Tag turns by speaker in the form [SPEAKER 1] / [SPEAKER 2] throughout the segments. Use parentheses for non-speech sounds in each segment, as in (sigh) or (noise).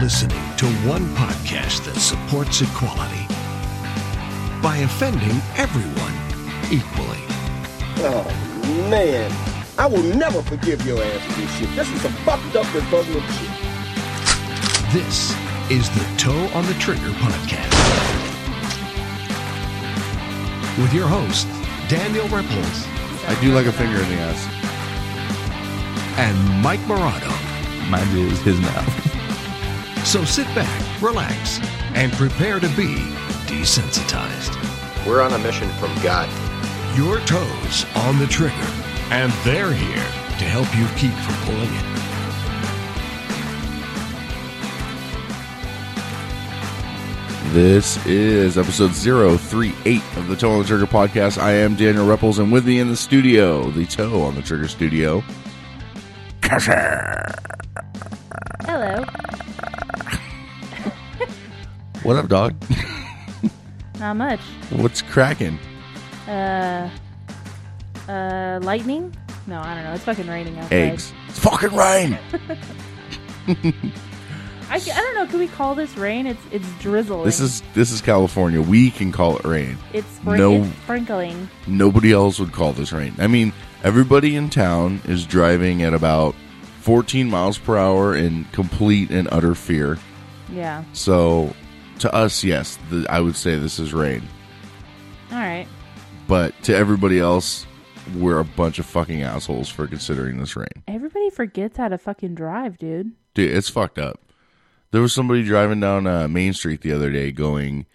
[SPEAKER 1] listening to one podcast that supports equality by offending everyone equally.
[SPEAKER 2] Oh man, I will never forgive your ass for this shit. This is some fucked up and bugging shit.
[SPEAKER 1] This is the Toe on the Trigger podcast with your host, Daniel Ripples
[SPEAKER 3] I do like a finger in the ass.
[SPEAKER 1] and Mike Morado.
[SPEAKER 4] Mine is his mouth.
[SPEAKER 1] So sit back, relax, and prepare to be desensitized.
[SPEAKER 5] We're on a mission from God.
[SPEAKER 1] Your toes on the trigger, and they're here to help you keep from pulling it.
[SPEAKER 3] This is episode 038 of the Toe on the Trigger podcast. I am Daniel Repples, and with me in the studio, the Toe on the Trigger studio.
[SPEAKER 6] Hello.
[SPEAKER 3] What up, dog?
[SPEAKER 6] Not much.
[SPEAKER 3] What's cracking?
[SPEAKER 6] Uh, uh, lightning? No, I don't know. It's fucking raining outside.
[SPEAKER 3] Eggs. It's fucking rain.
[SPEAKER 6] I, I don't know. Can we call this rain? It's it's drizzling.
[SPEAKER 3] This is this is California. We can call it rain.
[SPEAKER 6] it's, sprin-
[SPEAKER 3] no-
[SPEAKER 6] it's sprinkling.
[SPEAKER 3] Nobody else would call this rain. I mean, everybody in town is driving at about 14 miles per hour in complete and utter fear.
[SPEAKER 6] Yeah.
[SPEAKER 3] So, to us, yes, the, I would say this is rain.
[SPEAKER 6] All right.
[SPEAKER 3] but to everybody else, we're a bunch of fucking assholes for considering this rain.
[SPEAKER 6] Everybody forgets how to fucking drive, dude.
[SPEAKER 3] Dude, it's fucked up. There was somebody driving down uh, Main Street the other day going,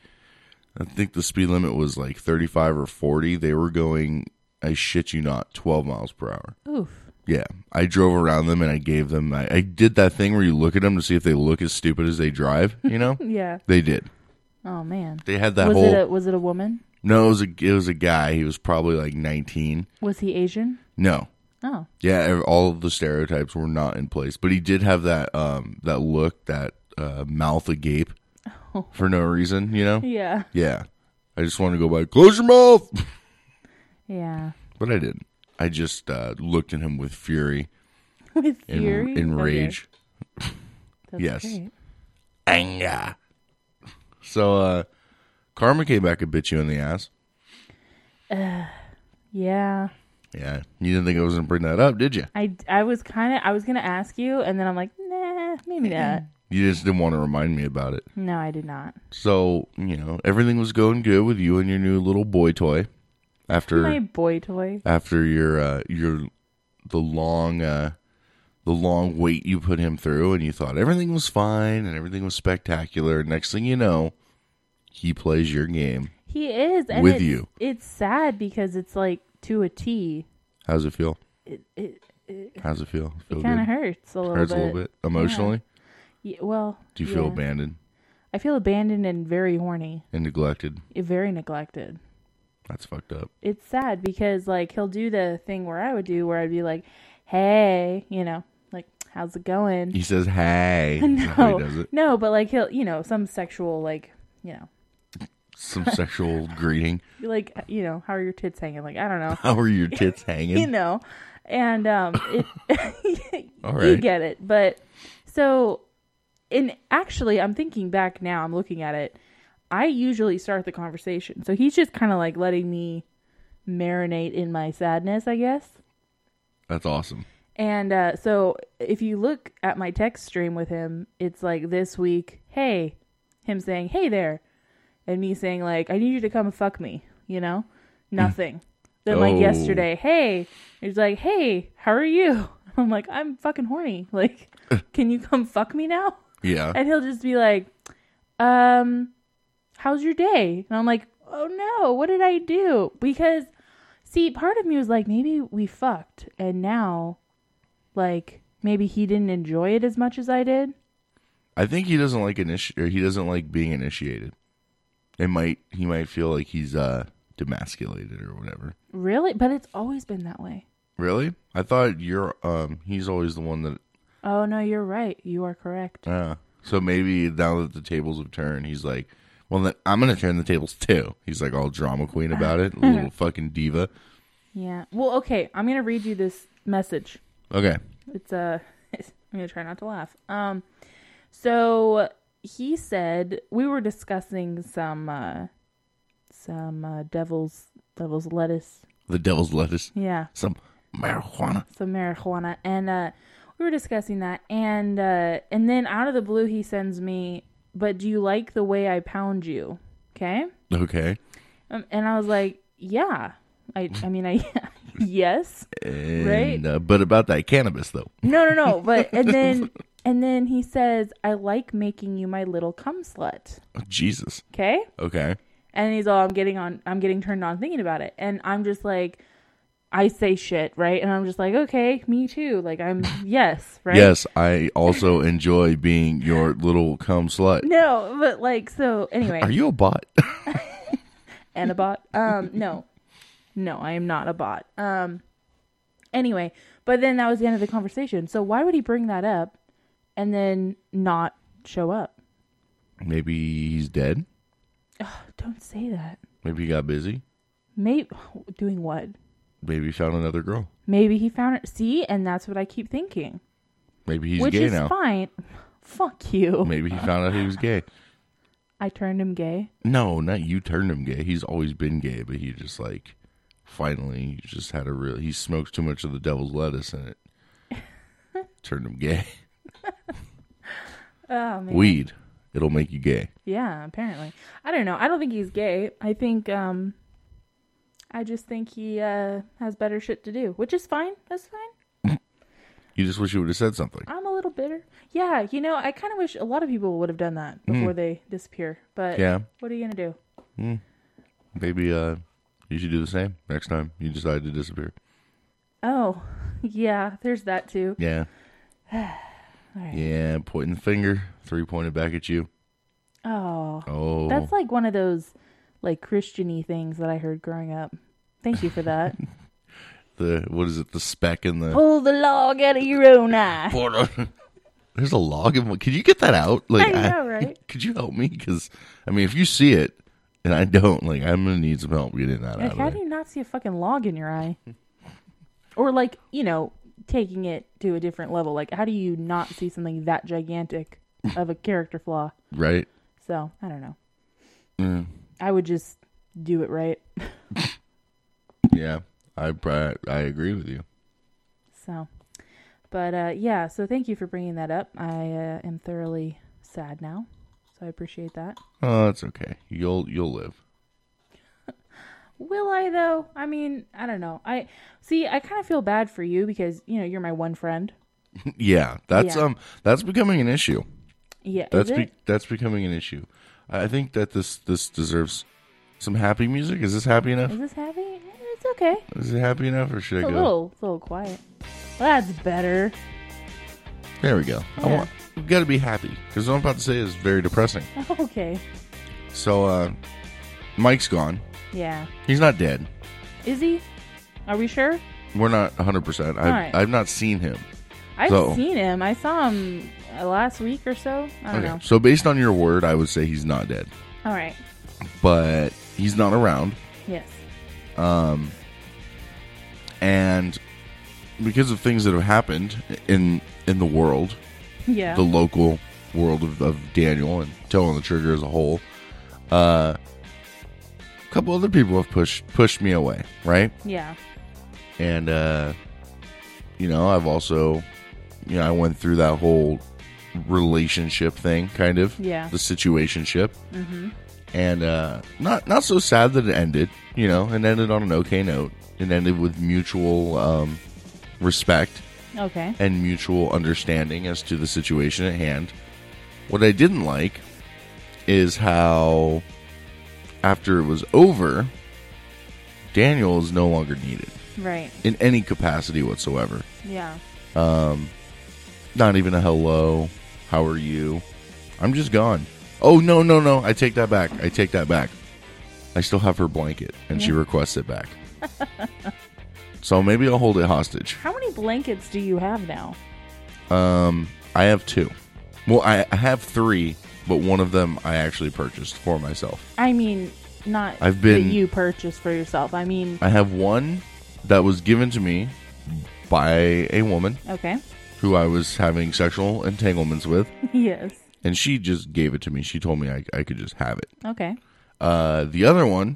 [SPEAKER 3] I think the speed limit was like 35 or 40. They were going, I shit you not, 12 miles per hour.
[SPEAKER 6] Oof.
[SPEAKER 3] Yeah. I drove around them and I gave them, I, I did that thing where you look at them to see if they look as stupid as they drive, you
[SPEAKER 6] (laughs)
[SPEAKER 3] know?
[SPEAKER 6] Yeah.
[SPEAKER 3] they did.
[SPEAKER 6] Oh man.
[SPEAKER 3] They had that
[SPEAKER 6] was
[SPEAKER 3] whole.
[SPEAKER 6] it a, was it a woman?
[SPEAKER 3] no, it was, a, it was a guy. He was probably like 19.
[SPEAKER 6] Was he Asian?
[SPEAKER 3] No,
[SPEAKER 6] Oh.
[SPEAKER 3] Yeah, ev- all of the stereotypes were not in place, but he did have that um that look, that uh, mouth agape
[SPEAKER 6] Oh.
[SPEAKER 3] for no reason, you
[SPEAKER 6] (laughs)
[SPEAKER 3] know?
[SPEAKER 6] Yeah.
[SPEAKER 3] Yeah. I just wanted to go by, close your mouth, (laughs)
[SPEAKER 6] Yeah.
[SPEAKER 3] but I didn't. I just uh, looked at him with fury
[SPEAKER 6] (laughs) With
[SPEAKER 3] and
[SPEAKER 6] fury.
[SPEAKER 3] in
[SPEAKER 6] Okay.
[SPEAKER 3] rage,
[SPEAKER 6] That's
[SPEAKER 3] Yes.
[SPEAKER 6] great.
[SPEAKER 3] anger. So uh, Karma came back and bit you in the ass.
[SPEAKER 6] Yeah.
[SPEAKER 3] Yeah, you didn't think I was gonna bring that up, did you?
[SPEAKER 6] I, I was kind of I was gonna ask you, and then I'm like, nah, (clears throat) maybe not.
[SPEAKER 3] You just didn't want to remind me about it.
[SPEAKER 6] No, I did not.
[SPEAKER 3] So you know everything was going good with you and your new little boy toy. After
[SPEAKER 6] My boy toy.
[SPEAKER 3] after your uh, your the long uh, the long wait you put him through, and you thought everything was fine and everything was spectacular. Next thing you know, he plays your game.
[SPEAKER 6] He is and
[SPEAKER 3] With
[SPEAKER 6] it's,
[SPEAKER 3] you.
[SPEAKER 6] It's sad because it's like to a T.
[SPEAKER 3] How's it feel?
[SPEAKER 6] It it,
[SPEAKER 3] How's it feel?
[SPEAKER 6] it
[SPEAKER 3] Feel
[SPEAKER 6] kind of
[SPEAKER 3] good?
[SPEAKER 6] hurts a little
[SPEAKER 3] Hurts
[SPEAKER 6] bit.
[SPEAKER 3] a little bit emotionally.
[SPEAKER 6] Yeah, well,
[SPEAKER 3] Do you feel
[SPEAKER 6] yeah.
[SPEAKER 3] abandoned
[SPEAKER 6] I feel abandoned and very horny,
[SPEAKER 3] and neglected?
[SPEAKER 6] eh, very neglected.
[SPEAKER 3] That's fucked up.
[SPEAKER 6] It's sad because like he'll do the thing where I would do, where I'd be like, "Hey, you know, like how's it going?"
[SPEAKER 3] He says, "Hey," That's how
[SPEAKER 6] (laughs) no,
[SPEAKER 3] he does it.
[SPEAKER 6] no, but like he'll, you know, some sexual like, you know,
[SPEAKER 3] Some sexual greeting.
[SPEAKER 6] like you know, how are your tits hanging? Like I don't know,
[SPEAKER 3] How are
[SPEAKER 6] (laughs)
[SPEAKER 3] your tits hanging?
[SPEAKER 6] you know, and um,
[SPEAKER 3] (laughs)
[SPEAKER 6] it, (laughs)
[SPEAKER 3] All
[SPEAKER 6] you
[SPEAKER 3] right.
[SPEAKER 6] get it. But so, and actually, I'm thinking back now. I'm looking at it. I usually start the conversation, so he's just kind of like letting me marinate in my sadness, I guess.
[SPEAKER 3] That's awesome.
[SPEAKER 6] And uh, so, if you look at my text stream with him, it's like this week, hey, him saying, hey there, and me saying like, I need you to come and fuck me, you know, nothing.
[SPEAKER 3] Oh.
[SPEAKER 6] then like yesterday, hey, he's like, hey, how are you? (laughs) I'm like, I'm fucking horny. Like, can you come fuck me now?
[SPEAKER 3] Yeah.
[SPEAKER 6] And he'll just be like, um, how's your day? And I'm like, oh no, what did I do? Because, see, part of me was like, maybe we fucked. And now, like, maybe he didn't enjoy it as much as I did.
[SPEAKER 3] I think he doesn't like initi- or he doesn't like being initiated. It might he might feel like he's uh demasculated or whatever.
[SPEAKER 6] Really? But it's always been that way.
[SPEAKER 3] Really? I thought you're um he's always the one that
[SPEAKER 6] Oh no, you're right. You are correct.
[SPEAKER 3] uh so maybe now that the tables have turned, he's like, Well then I'm gonna turn the tables too. He's like all drama queen about it, little fucking diva.
[SPEAKER 6] Yeah. Well, okay. I'm going to read you this message.
[SPEAKER 3] Okay.
[SPEAKER 6] (laughs) It's uh, I'm gonna try not to laugh. Um, So he said we were discussing some uh, some uh, devil's devil's lettuce.
[SPEAKER 3] The devil's lettuce.
[SPEAKER 6] Yeah,
[SPEAKER 3] Some marijuana.
[SPEAKER 6] some marijuana, and uh, we were discussing that, and uh, and then out of the blue he sends me, but do you like the way I pound you? Okay,
[SPEAKER 3] Okay.
[SPEAKER 6] um, and I was like, yeah. I I mean I (laughs) yes.
[SPEAKER 3] And,
[SPEAKER 6] Right.
[SPEAKER 3] Uh, but about that cannabis though.
[SPEAKER 6] No, no,
[SPEAKER 3] (laughs)
[SPEAKER 6] no. But and then and then he says, "I like making you my little cum slut."
[SPEAKER 3] Oh, Jesus.
[SPEAKER 6] Okay,
[SPEAKER 3] Okay.
[SPEAKER 6] and he's all, "I'm getting on. I'm getting turned on thinking about it," and I'm just like, I say shit, right? And I'm just like, okay, me too.
[SPEAKER 3] (laughs)
[SPEAKER 6] Like I'm yes, right?
[SPEAKER 3] Yes, I also enjoy being your little cum slut.
[SPEAKER 6] No, but like so anyway,
[SPEAKER 3] Are you a bot? (laughs)
[SPEAKER 6] and a bot. Um, no, no, I am not a bot. Um, anyway, but then that was the end of the conversation. So why would he bring that up and then not show up?
[SPEAKER 3] Maybe he's dead.
[SPEAKER 6] Don't say that.
[SPEAKER 3] Maybe he got busy.
[SPEAKER 6] Maybe doing what?
[SPEAKER 3] Maybe he found another girl.
[SPEAKER 6] Maybe he found it. See, and that's what I keep thinking,
[SPEAKER 3] Maybe he's
[SPEAKER 6] which
[SPEAKER 3] gay
[SPEAKER 6] is
[SPEAKER 3] now.
[SPEAKER 6] fine. (laughs) Fuck you.
[SPEAKER 3] Maybe he found out he was gay.
[SPEAKER 6] I turned him gay.
[SPEAKER 3] No, not you turned him gay. He's always been gay, but he just like finally he just had a real he smokes too much of the devil's lettuce and it
[SPEAKER 6] (laughs)
[SPEAKER 3] turned him gay.
[SPEAKER 6] Oh man.
[SPEAKER 3] Weed. It'll make you gay.
[SPEAKER 6] Yeah, apparently. I don't know. I don't think he's gay. I think um I just think he uh has better shit to do, which is fine. That's fine.
[SPEAKER 3] You just wish you would have said something.
[SPEAKER 6] I'm a little bitter. Yeah, you know, I kind of wish a lot of people would have done that before they disappear. But
[SPEAKER 3] Mm. Yeah.
[SPEAKER 6] what are you going to do?
[SPEAKER 3] Maybe uh you should do the same next time you decide to disappear.
[SPEAKER 6] Oh, (laughs) yeah, there's that too. (sighs)
[SPEAKER 3] Yeah. Yeah, pointing the finger, three pointed back at you.
[SPEAKER 6] Oh.
[SPEAKER 3] Oh,
[SPEAKER 6] That's like one of those like Christiany things that I heard growing up. Thank you for that.
[SPEAKER 3] the what is it? The speck in the
[SPEAKER 6] Pull the log out of your own eye.
[SPEAKER 3] (laughs) There's a log in. Could you get that out? Like,
[SPEAKER 6] I know, right?
[SPEAKER 3] Could you help me? Because I mean, if you see it and I don't, like, I'm gonna need some help getting that
[SPEAKER 6] Like,
[SPEAKER 3] out
[SPEAKER 6] how
[SPEAKER 3] of
[SPEAKER 6] do
[SPEAKER 3] there.
[SPEAKER 6] you not see a fucking log in your eye? or like, you know, taking it to a different level. Like, how do you not see something that gigantic of a character flaw?
[SPEAKER 3] Right?
[SPEAKER 6] So I don't know. I would just do it right. (laughs)
[SPEAKER 3] Yeah, I pri- I agree with you.
[SPEAKER 6] So, but uh, yeah. So thank you for bringing that up. I uh, am thoroughly sad now. So I appreciate that.
[SPEAKER 3] Oh, that's okay. You'll you'll live.
[SPEAKER 6] Will I though? I mean, I don't know. I see. I kind of feel bad for you because you know you're my one friend.
[SPEAKER 3] Yeah, that's
[SPEAKER 6] Yeah.
[SPEAKER 3] um, that's becoming an issue.
[SPEAKER 6] Yeah,
[SPEAKER 3] That's
[SPEAKER 6] is it?
[SPEAKER 3] be- that's becoming an issue. I I think that this this deserves some happy music. Is this happy enough?
[SPEAKER 6] Is this happy? Eh, It's okay.
[SPEAKER 3] Is it happy enough, or should
[SPEAKER 6] It's
[SPEAKER 3] I
[SPEAKER 6] a
[SPEAKER 3] go?
[SPEAKER 6] little, it's a little quiet. Well, that's better. (laughs)
[SPEAKER 3] There we go. I
[SPEAKER 6] Yeah.
[SPEAKER 3] want. You got to be happy because what I'm about to say is very depressing.
[SPEAKER 6] Okay.
[SPEAKER 3] So, uh, Mike's gone.
[SPEAKER 6] Yeah.
[SPEAKER 3] He's not dead.
[SPEAKER 6] Is he? Are we sure?
[SPEAKER 3] We're not 100%. I've,
[SPEAKER 6] Alright.
[SPEAKER 3] I've not seen him.
[SPEAKER 6] I've
[SPEAKER 3] So-
[SPEAKER 6] seen him. I saw him uh, last week or so. I don't know.
[SPEAKER 3] So, based on your word, I would say he's not dead,
[SPEAKER 6] All right.
[SPEAKER 3] but he's not around.
[SPEAKER 6] Yes. (laughs)
[SPEAKER 3] And because of things that have happened in in the world,
[SPEAKER 6] Yeah.
[SPEAKER 3] the local world of, of Daniel and Toe on the Trigger as a whole, uh, a couple other people have pushed pushed me away, right?
[SPEAKER 6] yeah.
[SPEAKER 3] and uh you know i've also you know i went through that whole relationship thing kind of
[SPEAKER 6] Yeah.
[SPEAKER 3] the situationship mm-hmm. and uh not not so sad that it ended you know and ended on an okay note it ended with mutual um respect
[SPEAKER 6] Okay.
[SPEAKER 3] and mutual understanding as to the situation at hand. What I didn't like is how, after it was over, Daniel is no longer needed
[SPEAKER 6] Right.
[SPEAKER 3] in any capacity whatsoever.
[SPEAKER 6] Yeah.
[SPEAKER 3] Not even a hello, how are you? I'm just gone. Oh, no, no, no. I take that back. I take that back. I still have her blanket, and she requests it back. (laughs) so maybe I'll hold it hostage.
[SPEAKER 6] How many blankets do you have now?
[SPEAKER 3] Um, I have two. Well, I, I have three, but one of them I actually purchased for myself.
[SPEAKER 6] I mean, not
[SPEAKER 3] I've been-
[SPEAKER 6] that you purchased for yourself. I mean,
[SPEAKER 3] I have one that was given to me by a woman
[SPEAKER 6] okay.
[SPEAKER 3] who I was having sexual entanglements with,
[SPEAKER 6] yes.
[SPEAKER 3] and she just gave it to me. She told me I, I could just have it.
[SPEAKER 6] Okay.
[SPEAKER 3] Uh, the other one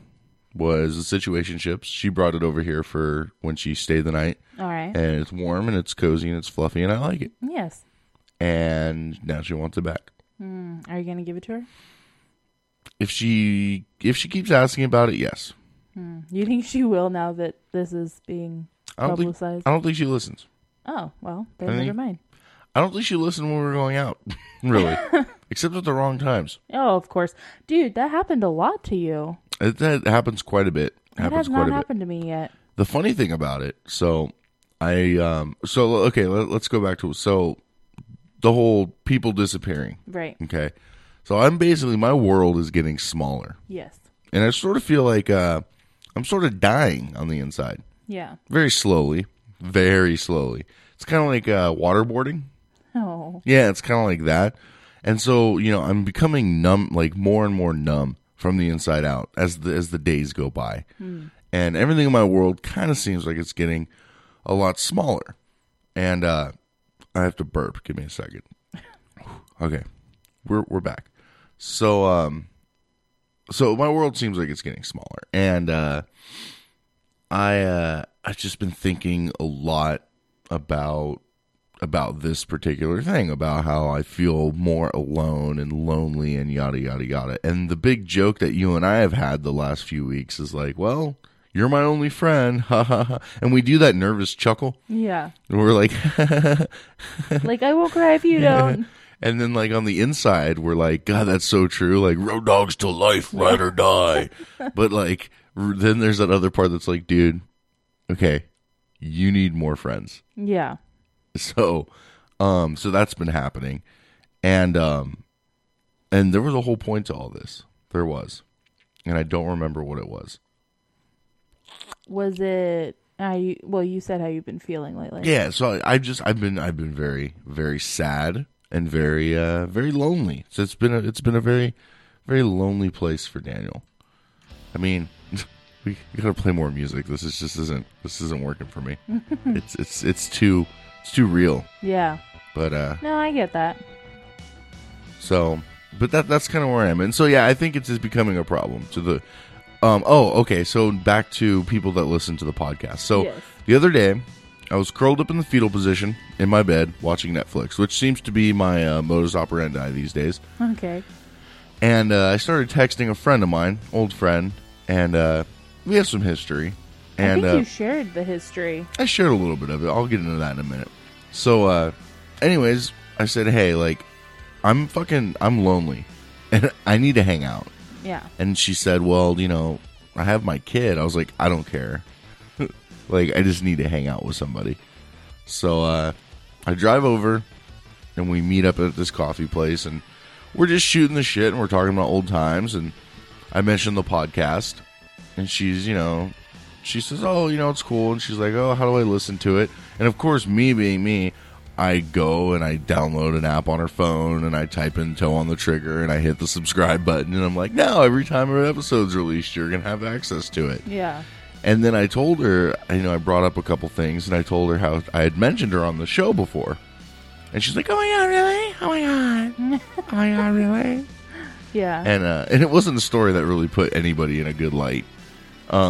[SPEAKER 3] was the situation ships. She brought it over here for when she stayed the night,
[SPEAKER 6] All right.
[SPEAKER 3] and it's warm and it's cozy and it's fluffy and I like it.
[SPEAKER 6] Yes.
[SPEAKER 3] And now she wants it back.
[SPEAKER 6] Are you going to give it to her?
[SPEAKER 3] If she if she keeps asking about it, yes.
[SPEAKER 6] You think she will now that this is being
[SPEAKER 3] I don't think
[SPEAKER 6] publicized?
[SPEAKER 3] I don't think she listens.
[SPEAKER 6] oh, well, then
[SPEAKER 3] I
[SPEAKER 6] never
[SPEAKER 3] think-
[SPEAKER 6] mind.
[SPEAKER 3] I don't think she listened when we were going
[SPEAKER 6] (laughs)
[SPEAKER 3] out, really, (laughs) except at the wrong times.
[SPEAKER 6] Oh, of course. Dude, that happened a lot to you.
[SPEAKER 3] It, that happens quite a bit.
[SPEAKER 6] That
[SPEAKER 3] Happens
[SPEAKER 6] has
[SPEAKER 3] quite
[SPEAKER 6] not
[SPEAKER 3] a bit.
[SPEAKER 6] happened to me yet.
[SPEAKER 3] the funny thing about it so i um so okay let, let's go back to so the whole people disappearing
[SPEAKER 6] Right.
[SPEAKER 3] okay so i'm basically my world is getting smaller
[SPEAKER 6] Yes.
[SPEAKER 3] and i sort of feel like uh i'm sort of dying on the inside
[SPEAKER 6] Yeah.
[SPEAKER 3] very slowly very slowly it's kind of like uh waterboarding
[SPEAKER 6] Oh.
[SPEAKER 3] yeah it's kind of like that and so you know i'm becoming numb like more and more numb from the inside out as the as the days go by and everything in my world kind of seems like it's getting a lot smaller. And uh, I have to burp. Give me a second. (sighs) Okay, we're we're back. So um, so my world seems like it's getting smaller, and uh, I uh, I've just been thinking a lot about about this particular thing about how I feel more alone and lonely and yada yada yada. And the big joke that you and I have had the last few weeks is like, well, you're my only friend, (laughs) ha ha ha. And we do that nervous chuckle. (laughs)
[SPEAKER 6] Yeah.
[SPEAKER 3] And we're like,
[SPEAKER 6] like, I will cry if you don't.
[SPEAKER 3] and then like on the inside, we're like, God, that's so true. Like road dogs to life, ride or die. but like r- then there's that other part that's like, dude, okay, you need more friends.
[SPEAKER 6] Yeah.
[SPEAKER 3] (laughs) So, um, so that's been happening, and um, and there was a whole point to all this. There was, and I don't remember what it was.
[SPEAKER 6] Was it. I well, you said how you've been feeling lately.
[SPEAKER 3] Yeah, so I, I just I've been I've been very very sad and very uh very lonely. So it's been a, it's been a very very lonely place for Daniel. I mean, (laughs) we gotta play more music. This is just isn't this isn't working for me. it's it's it's too it's too real.
[SPEAKER 6] Yeah.
[SPEAKER 3] But uh,
[SPEAKER 6] No, I get that.
[SPEAKER 3] So, but that that's kind of where I am, and so yeah, I think it's just becoming a problem to the. Um, oh, okay. So back to people that listen to the podcast. So
[SPEAKER 6] Yes.
[SPEAKER 3] the other day, I was curled up in the fetal position in my bed watching Netflix, which seems to be my uh, modus operandi these days.
[SPEAKER 6] Okay.
[SPEAKER 3] And uh, I started texting a friend of mine, old friend, and uh, we have some history. And
[SPEAKER 6] I think
[SPEAKER 3] uh,
[SPEAKER 6] you shared the history.
[SPEAKER 3] I shared a little bit of it. I'll get into that in a minute. So, uh, anyways, I said, hey, like, I'm fucking, I'm lonely (laughs) and I need to hang out.
[SPEAKER 6] Yeah.
[SPEAKER 3] And she said, well, you know, I have my kid. I was like, I don't care. like, I just need to hang out with somebody. So, uh, I drive over and we meet up at this coffee place and we're just shooting the shit and we're talking about old times. And I mentioned the podcast and she's, you know, she says, "Oh, you know, it's cool." And she's like, "Oh, how do I listen to it?" And of course, me being me, I go and I download an app on her phone and I type in "toe on the trigger" and I hit the subscribe button and I'm like, "Now, every time an episode's released, you're gonna have access to it."
[SPEAKER 6] Yeah.
[SPEAKER 3] And then I told her, you know, I brought up a couple things and I told her how I had mentioned her on the show before, and she's like, "Oh my god, really? Oh my god, oh my god, really?"
[SPEAKER 6] Yeah.
[SPEAKER 3] and uh, and it wasn't a story that really put anybody in a good light. Um,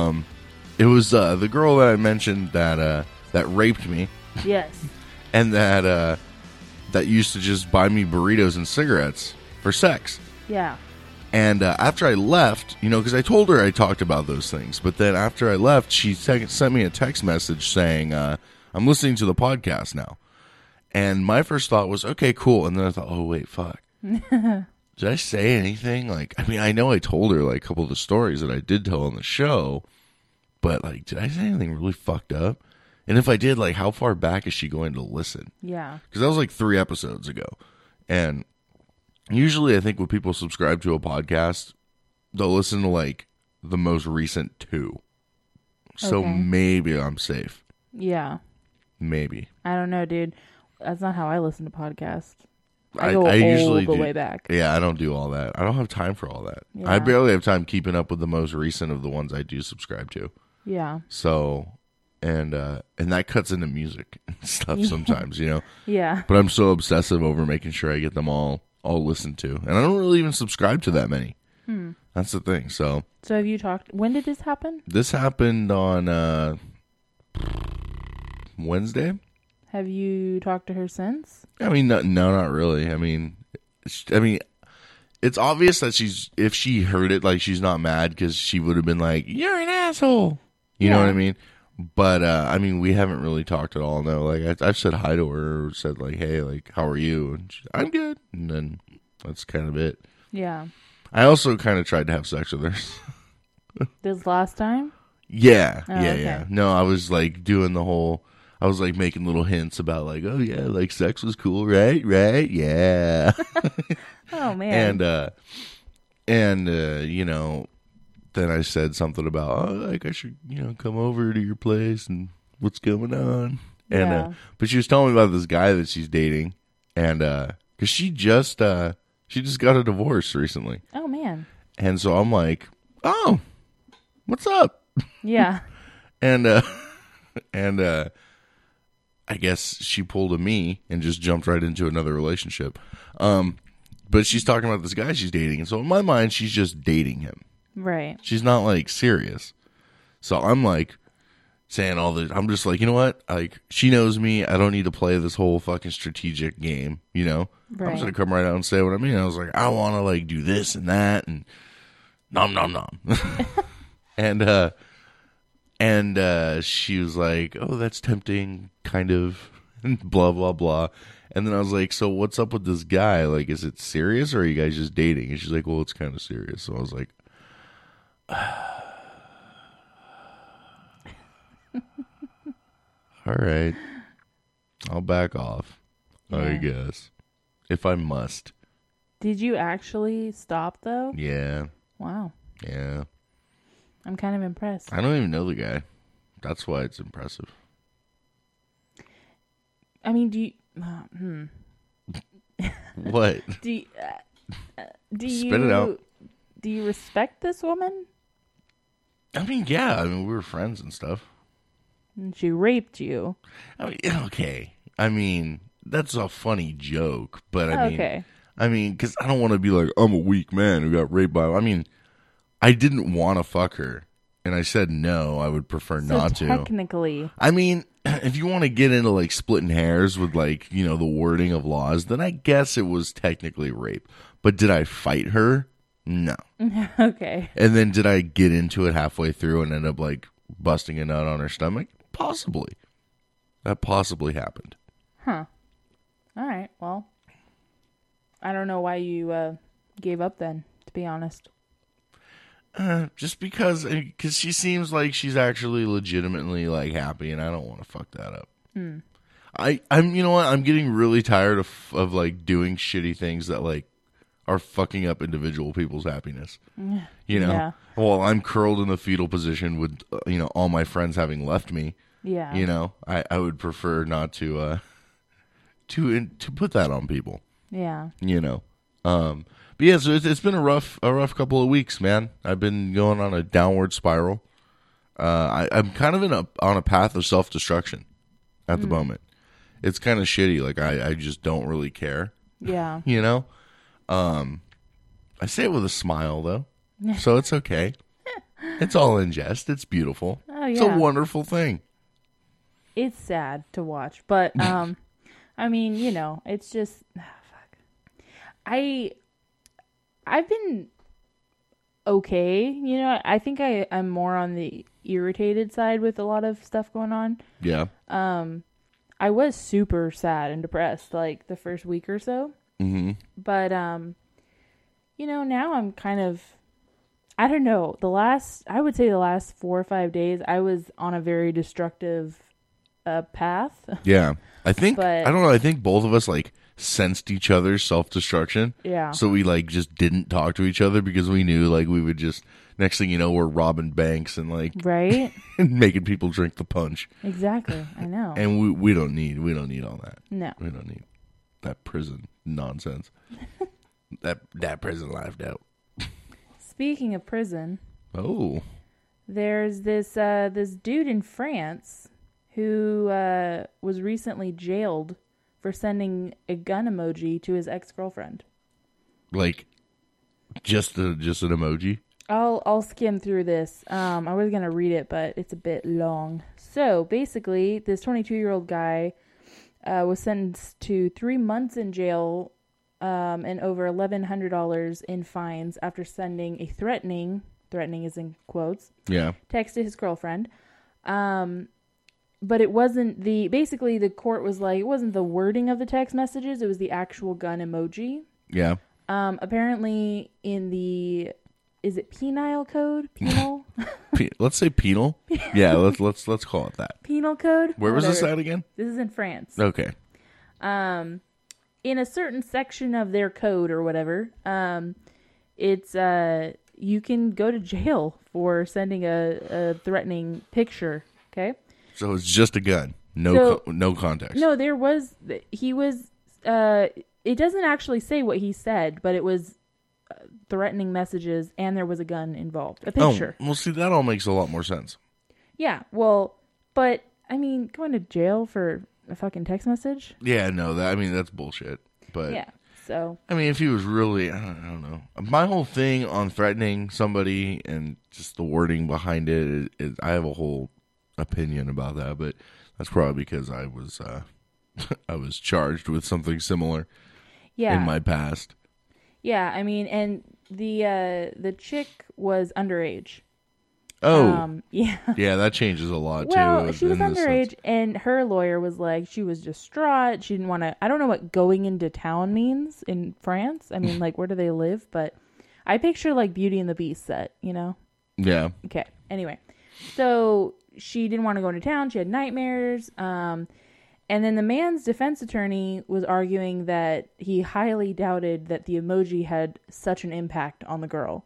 [SPEAKER 3] it was uh, the girl that I mentioned that uh, that raped me
[SPEAKER 6] yes.
[SPEAKER 3] and that uh, that used to just buy me burritos and cigarettes for sex.
[SPEAKER 6] Yeah.
[SPEAKER 3] And uh, after I left, you know, because I told her I talked about those things, but then after I left, she sec- sent me a text message saying, uh, "I'm listening to the podcast now." And my first thought was, "Okay, cool," and then I thought, "Oh wait, fuck." did I say anything? Like, I mean, I know I told her like a couple of the stories that I did tell on the show, but like, did I say anything really fucked up? And if I did, like, how far back is she going to listen?
[SPEAKER 6] Yeah.
[SPEAKER 3] because that was like three episodes ago. And usually, I think when people subscribe to a podcast, they'll listen to like the most recent two. So
[SPEAKER 6] Okay.
[SPEAKER 3] maybe I'm safe.
[SPEAKER 6] Yeah.
[SPEAKER 3] Maybe
[SPEAKER 6] I don't know, dude. That's not how I listen to podcasts. I
[SPEAKER 3] I-
[SPEAKER 6] go
[SPEAKER 3] I
[SPEAKER 6] all
[SPEAKER 3] usually
[SPEAKER 6] the
[SPEAKER 3] do-
[SPEAKER 6] way back.
[SPEAKER 3] Yeah, I don't do all that. I don't have time for all that.
[SPEAKER 6] Yeah.
[SPEAKER 3] I barely have time keeping up with the most recent of the ones I do subscribe to.
[SPEAKER 6] Yeah.
[SPEAKER 3] So, and uh and that cuts into (laughs) music and stuff sometimes, you know.
[SPEAKER 6] Yeah.
[SPEAKER 3] But I'm so obsessive over making sure I get them all I'll listen to, and I don't really even subscribe to that many. That's the thing. So
[SPEAKER 6] So have you talked? When did this happen?
[SPEAKER 3] this happened on uh, Wednesday.
[SPEAKER 6] Have you talked to her since?
[SPEAKER 3] I mean, no, no, not really. I mean, sh- I mean, it's obvious that she's if she heard it, like she's not mad because she would have been like, "You're an asshole," you know
[SPEAKER 6] Yeah.
[SPEAKER 3] what I mean. But uh, I mean, we haven't really talked at all. No, like I, I've said hi to her, or said like, "Hey, like, how are you?" And she, I'm good, and then that's kind of it.
[SPEAKER 6] Yeah.
[SPEAKER 3] I also kind of tried to have sex with her. (laughs)
[SPEAKER 6] This last time?
[SPEAKER 3] yeah,
[SPEAKER 6] Oh,
[SPEAKER 3] yeah,
[SPEAKER 6] okay.
[SPEAKER 3] yeah. No, I was like doing the whole. I was like making little hints about like, oh yeah, like sex was cool, right? Right? Yeah.
[SPEAKER 6] Oh man.
[SPEAKER 3] and uh and uh you know then i said something about oh, like i should you know come over to your place and what's going on and uh
[SPEAKER 6] Yeah.
[SPEAKER 3] but she was telling me about this guy that she's dating and uh because she just uh she just got a divorce recently
[SPEAKER 6] oh man.
[SPEAKER 3] and so i'm like oh what's up
[SPEAKER 6] Yeah. (laughs)
[SPEAKER 3] and uh (laughs) and uh i guess she pulled a me and just jumped right into another relationship um but she's talking about this guy she's dating and so in my mind she's just dating him
[SPEAKER 6] right.
[SPEAKER 3] she's not like serious so i'm like saying all this i'm just like you know what like she knows me i don't need to play this whole fucking strategic game you know i'm
[SPEAKER 6] Right.
[SPEAKER 3] just gonna come right out and say what i mean i was like i wanna like do this and that and nom nom nom (laughs) and uh and uh she was like oh that's tempting kind of and (laughs) blah blah blah and then i was like so what's up with this guy like is it serious or are you guys just dating and she's like well it's kind of serious so i was like all right i'll back off i
[SPEAKER 6] Yeah.
[SPEAKER 3] guess if i must
[SPEAKER 6] Did you actually stop though?
[SPEAKER 3] yeah
[SPEAKER 6] Wow.
[SPEAKER 3] yeah
[SPEAKER 6] I'm kind of impressed.
[SPEAKER 3] i don't even know the guy that's why it's impressive
[SPEAKER 6] I mean, do you (sighs) uh, hmm.
[SPEAKER 3] what
[SPEAKER 6] do you, uh, uh, do you
[SPEAKER 3] Spit it out.
[SPEAKER 6] do you respect this woman?
[SPEAKER 3] I mean, yeah. I mean, we were friends and stuff.
[SPEAKER 6] And She raped you.
[SPEAKER 3] I mean, okay. I mean, that's a funny joke, but I mean,
[SPEAKER 6] okay.
[SPEAKER 3] I mean, because I don't want to be like I'm a weak man who got raped by. I mean, I didn't want to fuck her, and I said no. I would prefer not
[SPEAKER 6] so
[SPEAKER 3] to.
[SPEAKER 6] technically, (laughs)
[SPEAKER 3] I mean, (clears throat) if you want to get into like splitting hairs with like you know the wording of laws, then I guess it was technically rape. But did I fight her? No.
[SPEAKER 6] okay.
[SPEAKER 3] And then did I get into it halfway through and end up like busting a nut on her stomach? Possibly. That possibly happened.
[SPEAKER 6] All right. Well, I don't know why you uh, gave up then. To be honest,
[SPEAKER 3] Uh, just because cause she seems like she's actually legitimately like happy and I don't want to fuck that up.
[SPEAKER 6] Hmm.
[SPEAKER 3] I I'm you know what? I'm getting really tired of of like doing shitty things that like are fucking up individual people's happiness. You know.
[SPEAKER 6] Yeah.
[SPEAKER 3] Well, I'm curled in the fetal position with uh, you know all my friends having left me.
[SPEAKER 6] yeah.
[SPEAKER 3] you know i i would prefer not to uh to in, to put that on people
[SPEAKER 6] Yeah.
[SPEAKER 3] you know um but yeah so it's, it's been a rough a rough couple of weeks man i've been going on a downward spiral uh i i'm kind of in a on a path of self-destruction at
[SPEAKER 6] Hmm.
[SPEAKER 3] the moment it's kind of shitty like i i just don't really care (laughs)
[SPEAKER 6] Yeah.
[SPEAKER 3] you know um i say it with a smile
[SPEAKER 6] (laughs)
[SPEAKER 3] though so it's okay it's all in jest it's beautiful
[SPEAKER 6] Oh,
[SPEAKER 3] it's a
[SPEAKER 6] yeah.
[SPEAKER 3] wonderful thing
[SPEAKER 6] it's sad to watch,
[SPEAKER 3] (laughs)
[SPEAKER 6] but um, I mean, you know, it's just ah, fuck. I I've been okay, you know. I think I I'm more on the irritated side with a lot of stuff going on.
[SPEAKER 3] yeah
[SPEAKER 6] I was super sad and depressed like the first week or so. Mm-hmm. But um, you know, now I'm kind of I don't know. The last I would say the last four or five days, I was on a very destructive uh, path. (laughs)
[SPEAKER 3] Yeah. I think
[SPEAKER 6] But-
[SPEAKER 3] I don't know, I think both of us like sensed each other's self destruction.
[SPEAKER 6] Yeah.
[SPEAKER 3] So we like just didn't talk to each other because we knew like we would just next thing you know we're robbing banks and like (laughs)
[SPEAKER 6] Right?
[SPEAKER 3] making people drink the punch.
[SPEAKER 6] exactly. I know.
[SPEAKER 3] And we we don't need we don't need all that.
[SPEAKER 6] no.
[SPEAKER 3] We don't need that prison
[SPEAKER 6] (laughs)
[SPEAKER 3] nonsense. that that prison life out.
[SPEAKER 6] Speaking of prison,
[SPEAKER 3] Oh.
[SPEAKER 6] there's this uh, this dude in France who uh, was recently jailed for sending a gun emoji to his ex girlfriend.
[SPEAKER 3] like just a, just an emoji.
[SPEAKER 6] I'll I'll skim through this. Um, I was gonna read it, but it's a bit long. So basically, this 22 year old guy uh, was sentenced to three months in jail um, and over $1,100 in fines after sending a threatening threatening is in quotes
[SPEAKER 3] Yeah.
[SPEAKER 6] text to his girlfriend. Um, but it wasn't the basically the court was like it wasn't the wording of the text messages. It was the actual gun emoji.
[SPEAKER 3] Yeah.
[SPEAKER 6] Um, apparently in the is it penile code? Penal
[SPEAKER 3] Pe- let's say
[SPEAKER 6] (laughs)
[SPEAKER 3] penal. Yeah, let's let's let's call it that.
[SPEAKER 6] penal code?
[SPEAKER 3] Where was this
[SPEAKER 6] Whatever.
[SPEAKER 3] at again?
[SPEAKER 6] This is in France.
[SPEAKER 3] Okay.
[SPEAKER 6] Um in a certain section of their code or whatever, um it's uh you can go to jail for sending a, a threatening picture, okay?
[SPEAKER 3] So it's just a gun. No
[SPEAKER 6] So-
[SPEAKER 3] co- no context.
[SPEAKER 6] No, there was he was uh it doesn't actually say what he said, but it was uh, threatening messages and there was a gun involved. A picture.
[SPEAKER 3] Oh, well, see, that all makes a lot more sense.
[SPEAKER 6] Yeah, well, but I mean, going to jail for a fucking text message?
[SPEAKER 3] Yeah, no, that I mean that's bullshit. But
[SPEAKER 6] Yeah. So,
[SPEAKER 3] I mean, if he was really, I don't, I don't know. My whole thing on threatening somebody and just the wording behind it, it, I have a whole opinion about that. But that's probably because I was, uh, (laughs) I was charged with something similar
[SPEAKER 6] yeah.
[SPEAKER 3] in my past.
[SPEAKER 6] yeah, I mean, and the uh the chick was underage.
[SPEAKER 3] Oh,
[SPEAKER 6] Um yeah.
[SPEAKER 3] yeah, that changes a lot too.
[SPEAKER 6] Well, she
[SPEAKER 3] in this
[SPEAKER 6] was
[SPEAKER 3] sense.
[SPEAKER 6] underage and her lawyer was like she was distraught. She didn't want to I don't know what going into town means in France.
[SPEAKER 3] (laughs)
[SPEAKER 6] I mean, like where do they live? But I picture like Beauty and the Beast set, you know.
[SPEAKER 3] Yeah,
[SPEAKER 6] Okay. Anyway, so she didn't want to go into town. She had nightmares. Um, and then the man's defense attorney was arguing that he highly doubted that the emoji had such an impact on the girl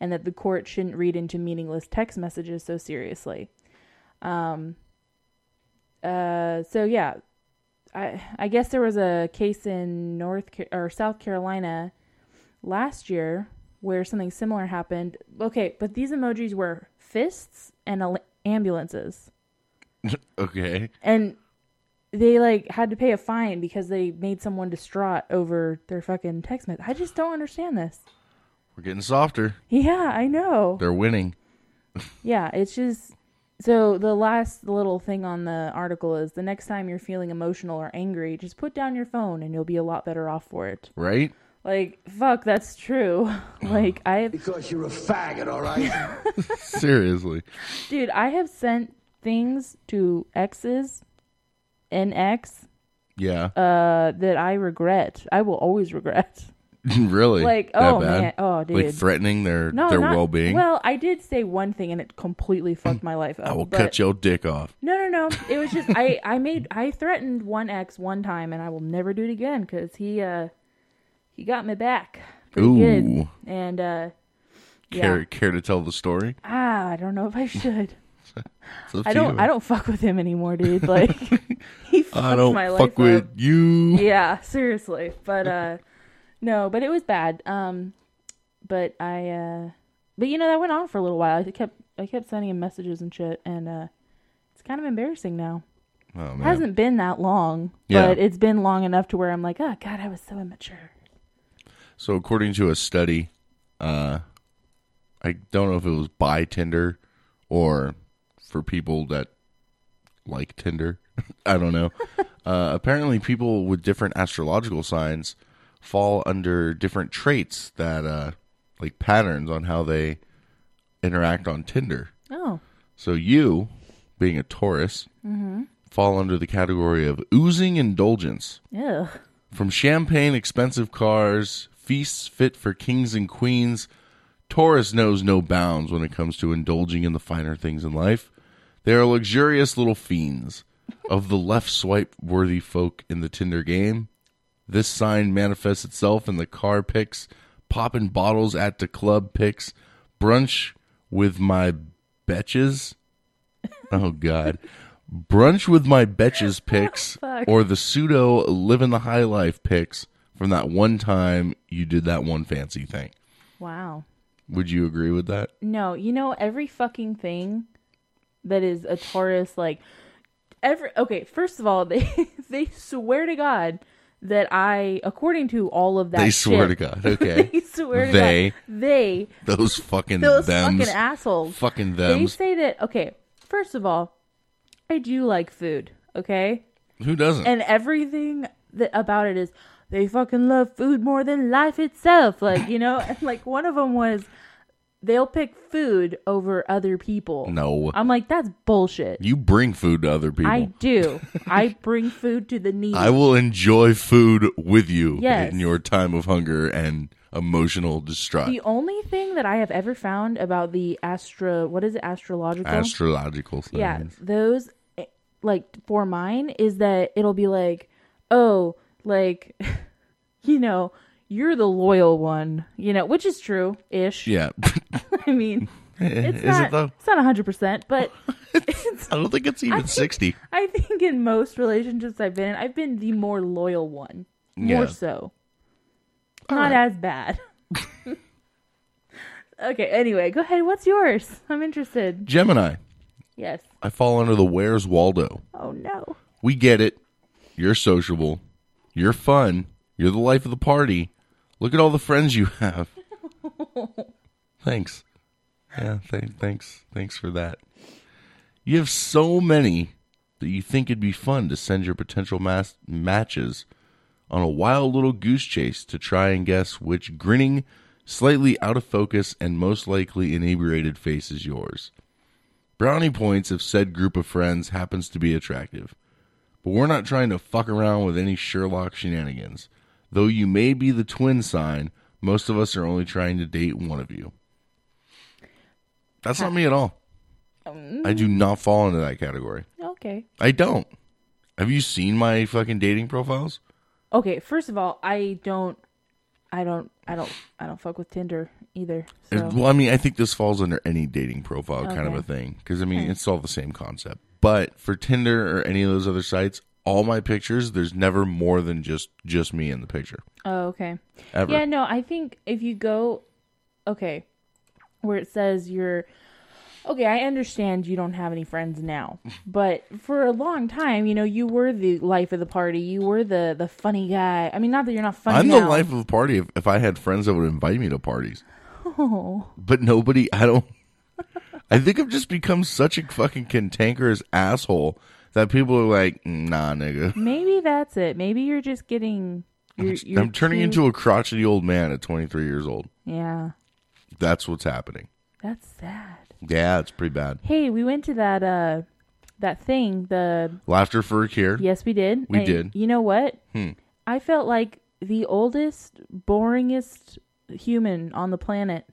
[SPEAKER 6] and that the court shouldn't read into meaningless text messages so seriously. Um, uh, so, yeah. I, I guess there was a case in North Ca- or South Carolina last year where something similar happened. Okay, but these emojis were fists and al- ambulances.
[SPEAKER 3] okay,
[SPEAKER 6] And they like had to pay a fine because they made someone distraught over their fucking text message. I just don't understand this.
[SPEAKER 3] we're getting softer.
[SPEAKER 6] Yeah, I know.
[SPEAKER 3] They're winning.
[SPEAKER 6] Yeah, it's just so the last little thing on the article is the next time you're feeling emotional or angry, just put down your phone and you'll be a lot better off for it.
[SPEAKER 3] Right?
[SPEAKER 6] Like, fuck, that's true. (laughs) like I
[SPEAKER 2] Because you're a faggot, all right?
[SPEAKER 3] Seriously.
[SPEAKER 6] Dude, I have sent things to exes and ex
[SPEAKER 3] Yeah.
[SPEAKER 6] uh, that I regret. I will always regret.
[SPEAKER 3] (laughs) really?
[SPEAKER 6] like,
[SPEAKER 3] That
[SPEAKER 6] oh,
[SPEAKER 3] bad?
[SPEAKER 6] man. Oh,
[SPEAKER 3] Like
[SPEAKER 6] dude.
[SPEAKER 3] threatening (laughs) their
[SPEAKER 6] No,
[SPEAKER 3] their
[SPEAKER 6] not-
[SPEAKER 3] well being.
[SPEAKER 6] Well, I did say one thing and
[SPEAKER 3] (clears throat)
[SPEAKER 6] it completely fucked my life up.
[SPEAKER 3] I will
[SPEAKER 6] but-
[SPEAKER 3] cut your dick off.
[SPEAKER 6] No,
[SPEAKER 3] (laughs)
[SPEAKER 6] no, no. It was just I, I made I threatened one ex one time and I will never do it again because he uh he got me back pretty good
[SPEAKER 3] Ooh.
[SPEAKER 6] and uh yeah.
[SPEAKER 3] Care care to tell the story?
[SPEAKER 6] Ah, I don't
[SPEAKER 3] (laughs)
[SPEAKER 6] know if I should.
[SPEAKER 3] It's up
[SPEAKER 6] I
[SPEAKER 3] to
[SPEAKER 6] don't.
[SPEAKER 3] you.
[SPEAKER 6] I don't fuck with him anymore, dude. Like (laughs) he fucked
[SPEAKER 3] I don't
[SPEAKER 6] my
[SPEAKER 3] fuck
[SPEAKER 6] life
[SPEAKER 3] with
[SPEAKER 6] up.
[SPEAKER 3] you.
[SPEAKER 6] yeah seriously but uh no but it was bad um but i uh but you know that went on for a little while i kept i kept sending him messages and shit and uh it's kind of embarrassing now
[SPEAKER 3] Oh man.
[SPEAKER 6] hasn't been that long
[SPEAKER 3] Yeah.
[SPEAKER 6] but it's been long enough to where i'm like oh god i was so immature
[SPEAKER 3] So according to a study, uh I don't know if it was by Tinder or for people that like Tinder. (laughs) I don't know. uh apparently people with different astrological signs fall under different traits that uh like patterns on how they interact on Tinder.
[SPEAKER 6] oh
[SPEAKER 3] So you, being a Taurus, fall under the category of oozing indulgence.
[SPEAKER 6] yeah
[SPEAKER 3] From champagne, expensive cars, feasts fit for kings and queens, Taurus knows no bounds when it comes to indulging in the finer things in life. They are luxurious little fiends of the left swipe worthy folk in the Tinder game. This sign manifests itself in the car pics, popping bottles at the club pics, brunch with my betches. Oh God. Brunch with my
[SPEAKER 6] (laughs)
[SPEAKER 3] betches pics
[SPEAKER 6] Fuck.
[SPEAKER 3] or the pseudo living the high life pics from that one time you did that one fancy thing.
[SPEAKER 6] wow
[SPEAKER 3] Would you agree with that?
[SPEAKER 6] No, you know every fucking thing that is a (laughs) Taurus like every okay, first of all, they they swear to god that I, according to all of that,
[SPEAKER 3] They swear
[SPEAKER 6] shit-
[SPEAKER 3] to God. Okay.
[SPEAKER 6] (laughs) they swear to
[SPEAKER 3] They.
[SPEAKER 6] God, they,
[SPEAKER 3] Those fucking
[SPEAKER 6] those
[SPEAKER 3] thems.
[SPEAKER 6] fucking assholes,
[SPEAKER 3] Fucking
[SPEAKER 6] they
[SPEAKER 3] thems.
[SPEAKER 6] say that. Okay, first of all, I do like food. Okay,
[SPEAKER 3] Who doesn't?
[SPEAKER 6] and everything that about it is they fucking love food more than life itself like you know and like one of them was they'll pick food over other people
[SPEAKER 3] no.
[SPEAKER 6] i'm like that's bullshit
[SPEAKER 3] you bring food to other people.
[SPEAKER 6] i
[SPEAKER 3] I, (laughs)
[SPEAKER 6] do i bring food to the needy
[SPEAKER 3] will enjoy food with you
[SPEAKER 6] Yes.
[SPEAKER 3] in your time of hunger and emotional distress.
[SPEAKER 6] the only thing that i have ever found about the astro what is it astrological
[SPEAKER 3] Astrological things.
[SPEAKER 6] yeah those eh, like for mine is that it'll be like oh like (laughs) you know you're the loyal one you know which is true ish
[SPEAKER 3] Yeah.
[SPEAKER 6] (laughs)
[SPEAKER 3] (laughs)
[SPEAKER 6] i mean it's
[SPEAKER 3] Is
[SPEAKER 6] not
[SPEAKER 3] it though?
[SPEAKER 6] it's not 100%
[SPEAKER 3] (laughs)
[SPEAKER 6] but it's,
[SPEAKER 3] I don't think it's even
[SPEAKER 6] think-
[SPEAKER 3] 60.
[SPEAKER 6] i think in most relationships i've been in i've been the more loyal one
[SPEAKER 3] Yeah.
[SPEAKER 6] more so not as bad (laughs) okay anyway go ahead what's yours i'm interested
[SPEAKER 3] Gemini.
[SPEAKER 6] yes
[SPEAKER 3] I fall under the where's Waldo.
[SPEAKER 6] oh no
[SPEAKER 3] We get it. You're sociable. You're fun. You're the life of the party. Look at all the friends you have. thanks. Yeah, th- thanks. Thanks for that. You have so many that you think it'd be fun to send your potential mas- matches on a wild little goose chase to try and guess which grinning, slightly out of focus, and most likely inebriated face is yours. Brownie points if said group of friends happens to be attractive. But we're not trying to fuck around with any Sherlock shenanigans. Though you may be the twin sign, most of us are only trying to date one of you. That's not me at all. I do not fall into that category.
[SPEAKER 6] okay
[SPEAKER 3] I don't. Have you seen my fucking dating profiles?
[SPEAKER 6] okay first of all i don't i don't i don't i don't fuck with tinder either
[SPEAKER 3] If-
[SPEAKER 6] so
[SPEAKER 3] Well, I mean, I think this falls under any dating profile kind of
[SPEAKER 6] Okay.
[SPEAKER 3] a thing because I mean, it's all the same concept. But for Tinder or any of those other sites, all my pictures, there's never more than just just me in the picture
[SPEAKER 6] oh, okay
[SPEAKER 3] ever.
[SPEAKER 6] yeah no i think if you go okay where it says you're okay i understand you don't have any
[SPEAKER 3] (laughs)
[SPEAKER 6] friends now but for a long time you know you were the life of the party you were the the funny guy i mean not that you're not funny
[SPEAKER 3] I'm the
[SPEAKER 6] now.
[SPEAKER 3] life of the party. If, if I had friends that would invite me to parties,
[SPEAKER 6] oh
[SPEAKER 3] but nobody, I don't. I think I've just become such a fucking cantankerous asshole that people are like, nah, nigga.
[SPEAKER 6] maybe that's it maybe you're just getting you're, you're
[SPEAKER 3] I'm turning
[SPEAKER 6] too-
[SPEAKER 3] into a crotchety old man at 23 years old.
[SPEAKER 6] yeah
[SPEAKER 3] That's what's happening.
[SPEAKER 6] that's sad
[SPEAKER 3] Yeah, it's pretty bad.
[SPEAKER 6] hey we went to that uh that thing the
[SPEAKER 3] Laughter for a cure.
[SPEAKER 6] Yes, we did.
[SPEAKER 3] We did. Hmm.
[SPEAKER 6] You know what? I felt like the oldest, boringest human on the planet.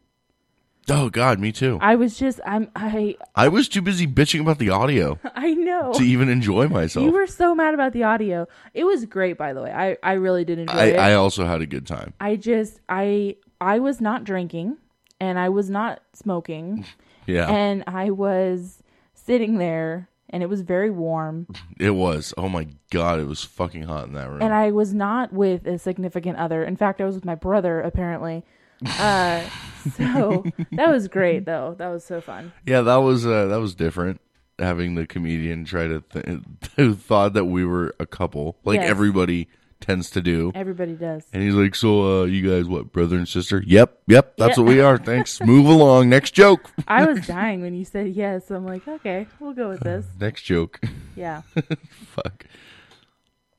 [SPEAKER 3] Oh God, me too.
[SPEAKER 6] I was just I'm I
[SPEAKER 3] I was too busy bitching about the audio
[SPEAKER 6] I know.
[SPEAKER 3] to even enjoy myself.
[SPEAKER 6] You were so mad about the audio. It was great by the way. I I really did enjoy
[SPEAKER 3] I,
[SPEAKER 6] it.
[SPEAKER 3] I also had a good time.
[SPEAKER 6] I just I I was not drinking and I was not
[SPEAKER 3] (laughs)
[SPEAKER 6] smoking
[SPEAKER 3] Yeah,
[SPEAKER 6] and I was sitting there and it was very warm
[SPEAKER 3] it was. Oh my God, it was fucking hot in that room.
[SPEAKER 6] and I was not with a significant other. In fact, I was with my brother apparently. Uh, so that was great though. That was so fun.
[SPEAKER 3] yeah, that was uh, that was different. Having the comedian try to th- (laughs) who thought that we were a couple, like
[SPEAKER 6] Yes.
[SPEAKER 3] everybody tends to do.
[SPEAKER 6] Everybody does.
[SPEAKER 3] And he's like, "So, uh, you guys, what brother and sister? Yep, yep, that's what we are. Thanks. Move along. Next joke.
[SPEAKER 6] I was dying when you said yes. I'm like, okay, we'll go with this.
[SPEAKER 3] Next joke." (laughs)
[SPEAKER 6] Yeah.
[SPEAKER 3] fuck.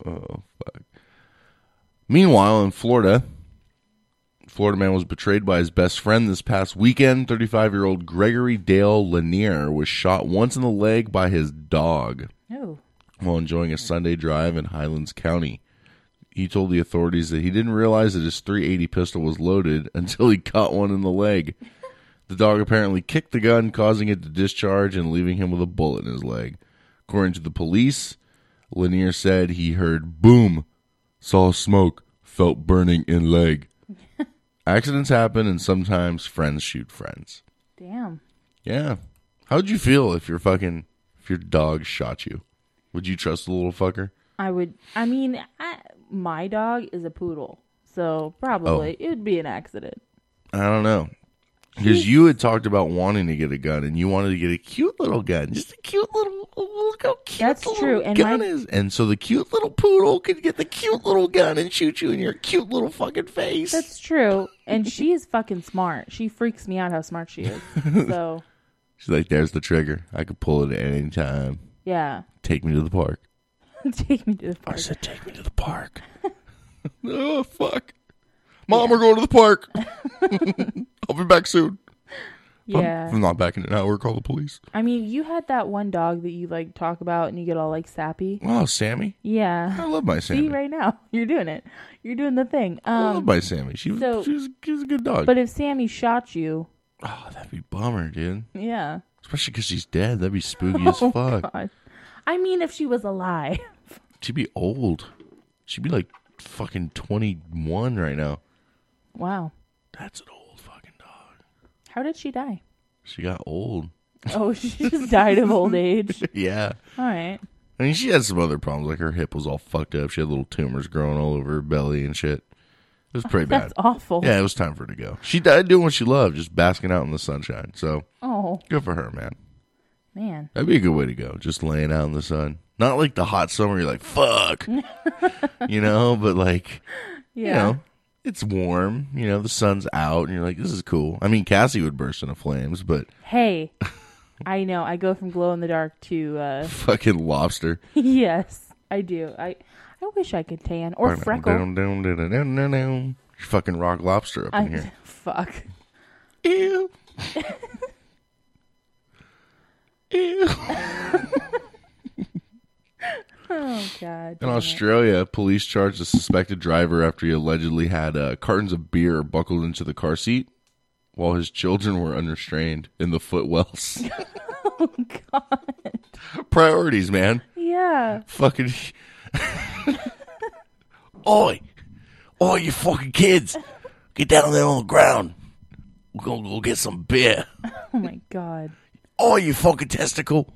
[SPEAKER 3] Oh fuck. Meanwhile, in Florida, Florida man was betrayed by his best friend this past weekend. Thirty-five-year-old Gregory Dale Lanier was shot once in the leg by his dog
[SPEAKER 6] Oh,
[SPEAKER 3] while enjoying a Sunday drive in Highlands County. He told the authorities that he didn't realize that his 380 pistol was loaded (laughs) until he caught one in the leg. The dog apparently kicked the gun, causing it to discharge and leaving him with a bullet in his leg. According to the police, Lanier said he heard boom, saw smoke, felt burning in leg. Accidents happen, and sometimes friends shoot friends.
[SPEAKER 6] damn.
[SPEAKER 3] Yeah. How'd you feel if your fucking if your dog shot you? Would you trust the little fucker?
[SPEAKER 6] I would. I mean, I, my dog is a poodle, so probably it would be an accident.
[SPEAKER 3] I don't know. Because you had talked about wanting to get a gun, and you wanted to get a cute little gun, just a cute little look how cute
[SPEAKER 6] That's
[SPEAKER 3] the little
[SPEAKER 6] true, and
[SPEAKER 3] gun
[SPEAKER 6] my-
[SPEAKER 3] is, and so the cute little poodle could get the cute little gun and shoot you in your cute little fucking face.
[SPEAKER 6] That's true. And she is fucking smart. She freaks me out how smart she is. So,
[SPEAKER 3] She's like, "There's the trigger. I could pull it at any time.
[SPEAKER 6] yeah. (laughs)
[SPEAKER 3] Take me to the park."
[SPEAKER 6] Take me to the park.
[SPEAKER 3] I said, "Take me to the
[SPEAKER 6] (laughs)
[SPEAKER 3] park." oh fuck, mom, we're going to the park. (laughs) I'll be back soon.
[SPEAKER 6] Yeah.
[SPEAKER 3] If I'm not back in an hour. Call the police.
[SPEAKER 6] I mean, you had that one dog that you like talk about and you get all like sappy.
[SPEAKER 3] Wow, Sammy, I (laughs)
[SPEAKER 6] Yeah.
[SPEAKER 3] love my
[SPEAKER 6] See
[SPEAKER 3] Sammy.
[SPEAKER 6] right now, (laughs) you're doing it. You're doing the thing.
[SPEAKER 3] I love
[SPEAKER 6] Um,
[SPEAKER 3] my Sammy. She,
[SPEAKER 6] so-
[SPEAKER 3] she's, she's a good dog.
[SPEAKER 6] but if Sammy shot you,
[SPEAKER 3] Oh, that'd be bummer, dude.
[SPEAKER 6] yeah.
[SPEAKER 3] Especially because she's dead. That'd be
[SPEAKER 6] (laughs)
[SPEAKER 3] spooky as fuck.
[SPEAKER 6] Oh God. I mean, if she was alive,
[SPEAKER 3] She'd be old. She'd be like fucking 21 right now.
[SPEAKER 6] (laughs) wow.
[SPEAKER 3] That's an old fucking dog.
[SPEAKER 6] How did she die? (laughs)
[SPEAKER 3] She got old. (laughs)
[SPEAKER 6] Oh, she just died of old age.
[SPEAKER 3] Yeah.
[SPEAKER 6] All right.
[SPEAKER 3] I mean, she had some other problems. Like her hip was all fucked up. She had little tumors growing all over her belly and shit. It was pretty bad.
[SPEAKER 6] (laughs) That's awful.
[SPEAKER 3] Yeah, it was time for her to go. She died doing what she loved, just basking out in the sunshine. So
[SPEAKER 6] Oh,
[SPEAKER 3] good for her, man.
[SPEAKER 6] man.
[SPEAKER 3] That'd be a good way to go. Just laying out in the sun. Not like the hot summer, you're like,
[SPEAKER 6] (laughs)
[SPEAKER 3] fuck. you know, but like,
[SPEAKER 6] Yeah.
[SPEAKER 3] you know, it's warm. You know, the sun's out, and you're like, this is cool. I mean, Cassie would burst into flames, but (laughs)
[SPEAKER 6] Hey, I know. I go from glow in the dark to uh (laughs)
[SPEAKER 3] fucking lobster.
[SPEAKER 6] yes, I do. I I wish I could tan or freckle.
[SPEAKER 3] Down, down, down, down, down, down, down. You fucking rock lobster up in
[SPEAKER 6] I,
[SPEAKER 3] here.
[SPEAKER 6] (laughs) fuck.
[SPEAKER 3] Ew. Ew.
[SPEAKER 6] Oh god.
[SPEAKER 3] In
[SPEAKER 6] damn it.
[SPEAKER 3] Australia, police charged a suspected driver after he allegedly had uh, cartons of beer buckled into the car seat while his children were unrestrained in the footwells.
[SPEAKER 6] Oh (laughs) god.
[SPEAKER 3] Priorities, man.
[SPEAKER 6] Yeah.
[SPEAKER 3] fucking Oi! Oi you fucking kids! Get down there on the ground. We're gonna go get some beer.
[SPEAKER 6] Oh my god.
[SPEAKER 3] Oi you fucking testicle.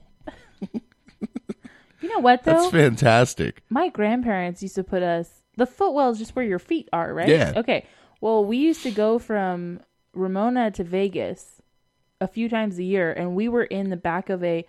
[SPEAKER 6] You know what though?
[SPEAKER 3] That's fantastic.
[SPEAKER 6] My grandparents used to put us the footwell is just where your feet are, right?
[SPEAKER 3] Yeah.
[SPEAKER 6] Okay. Well, we used to go from Ramona to Vegas a few times a year, and we were in the back of a,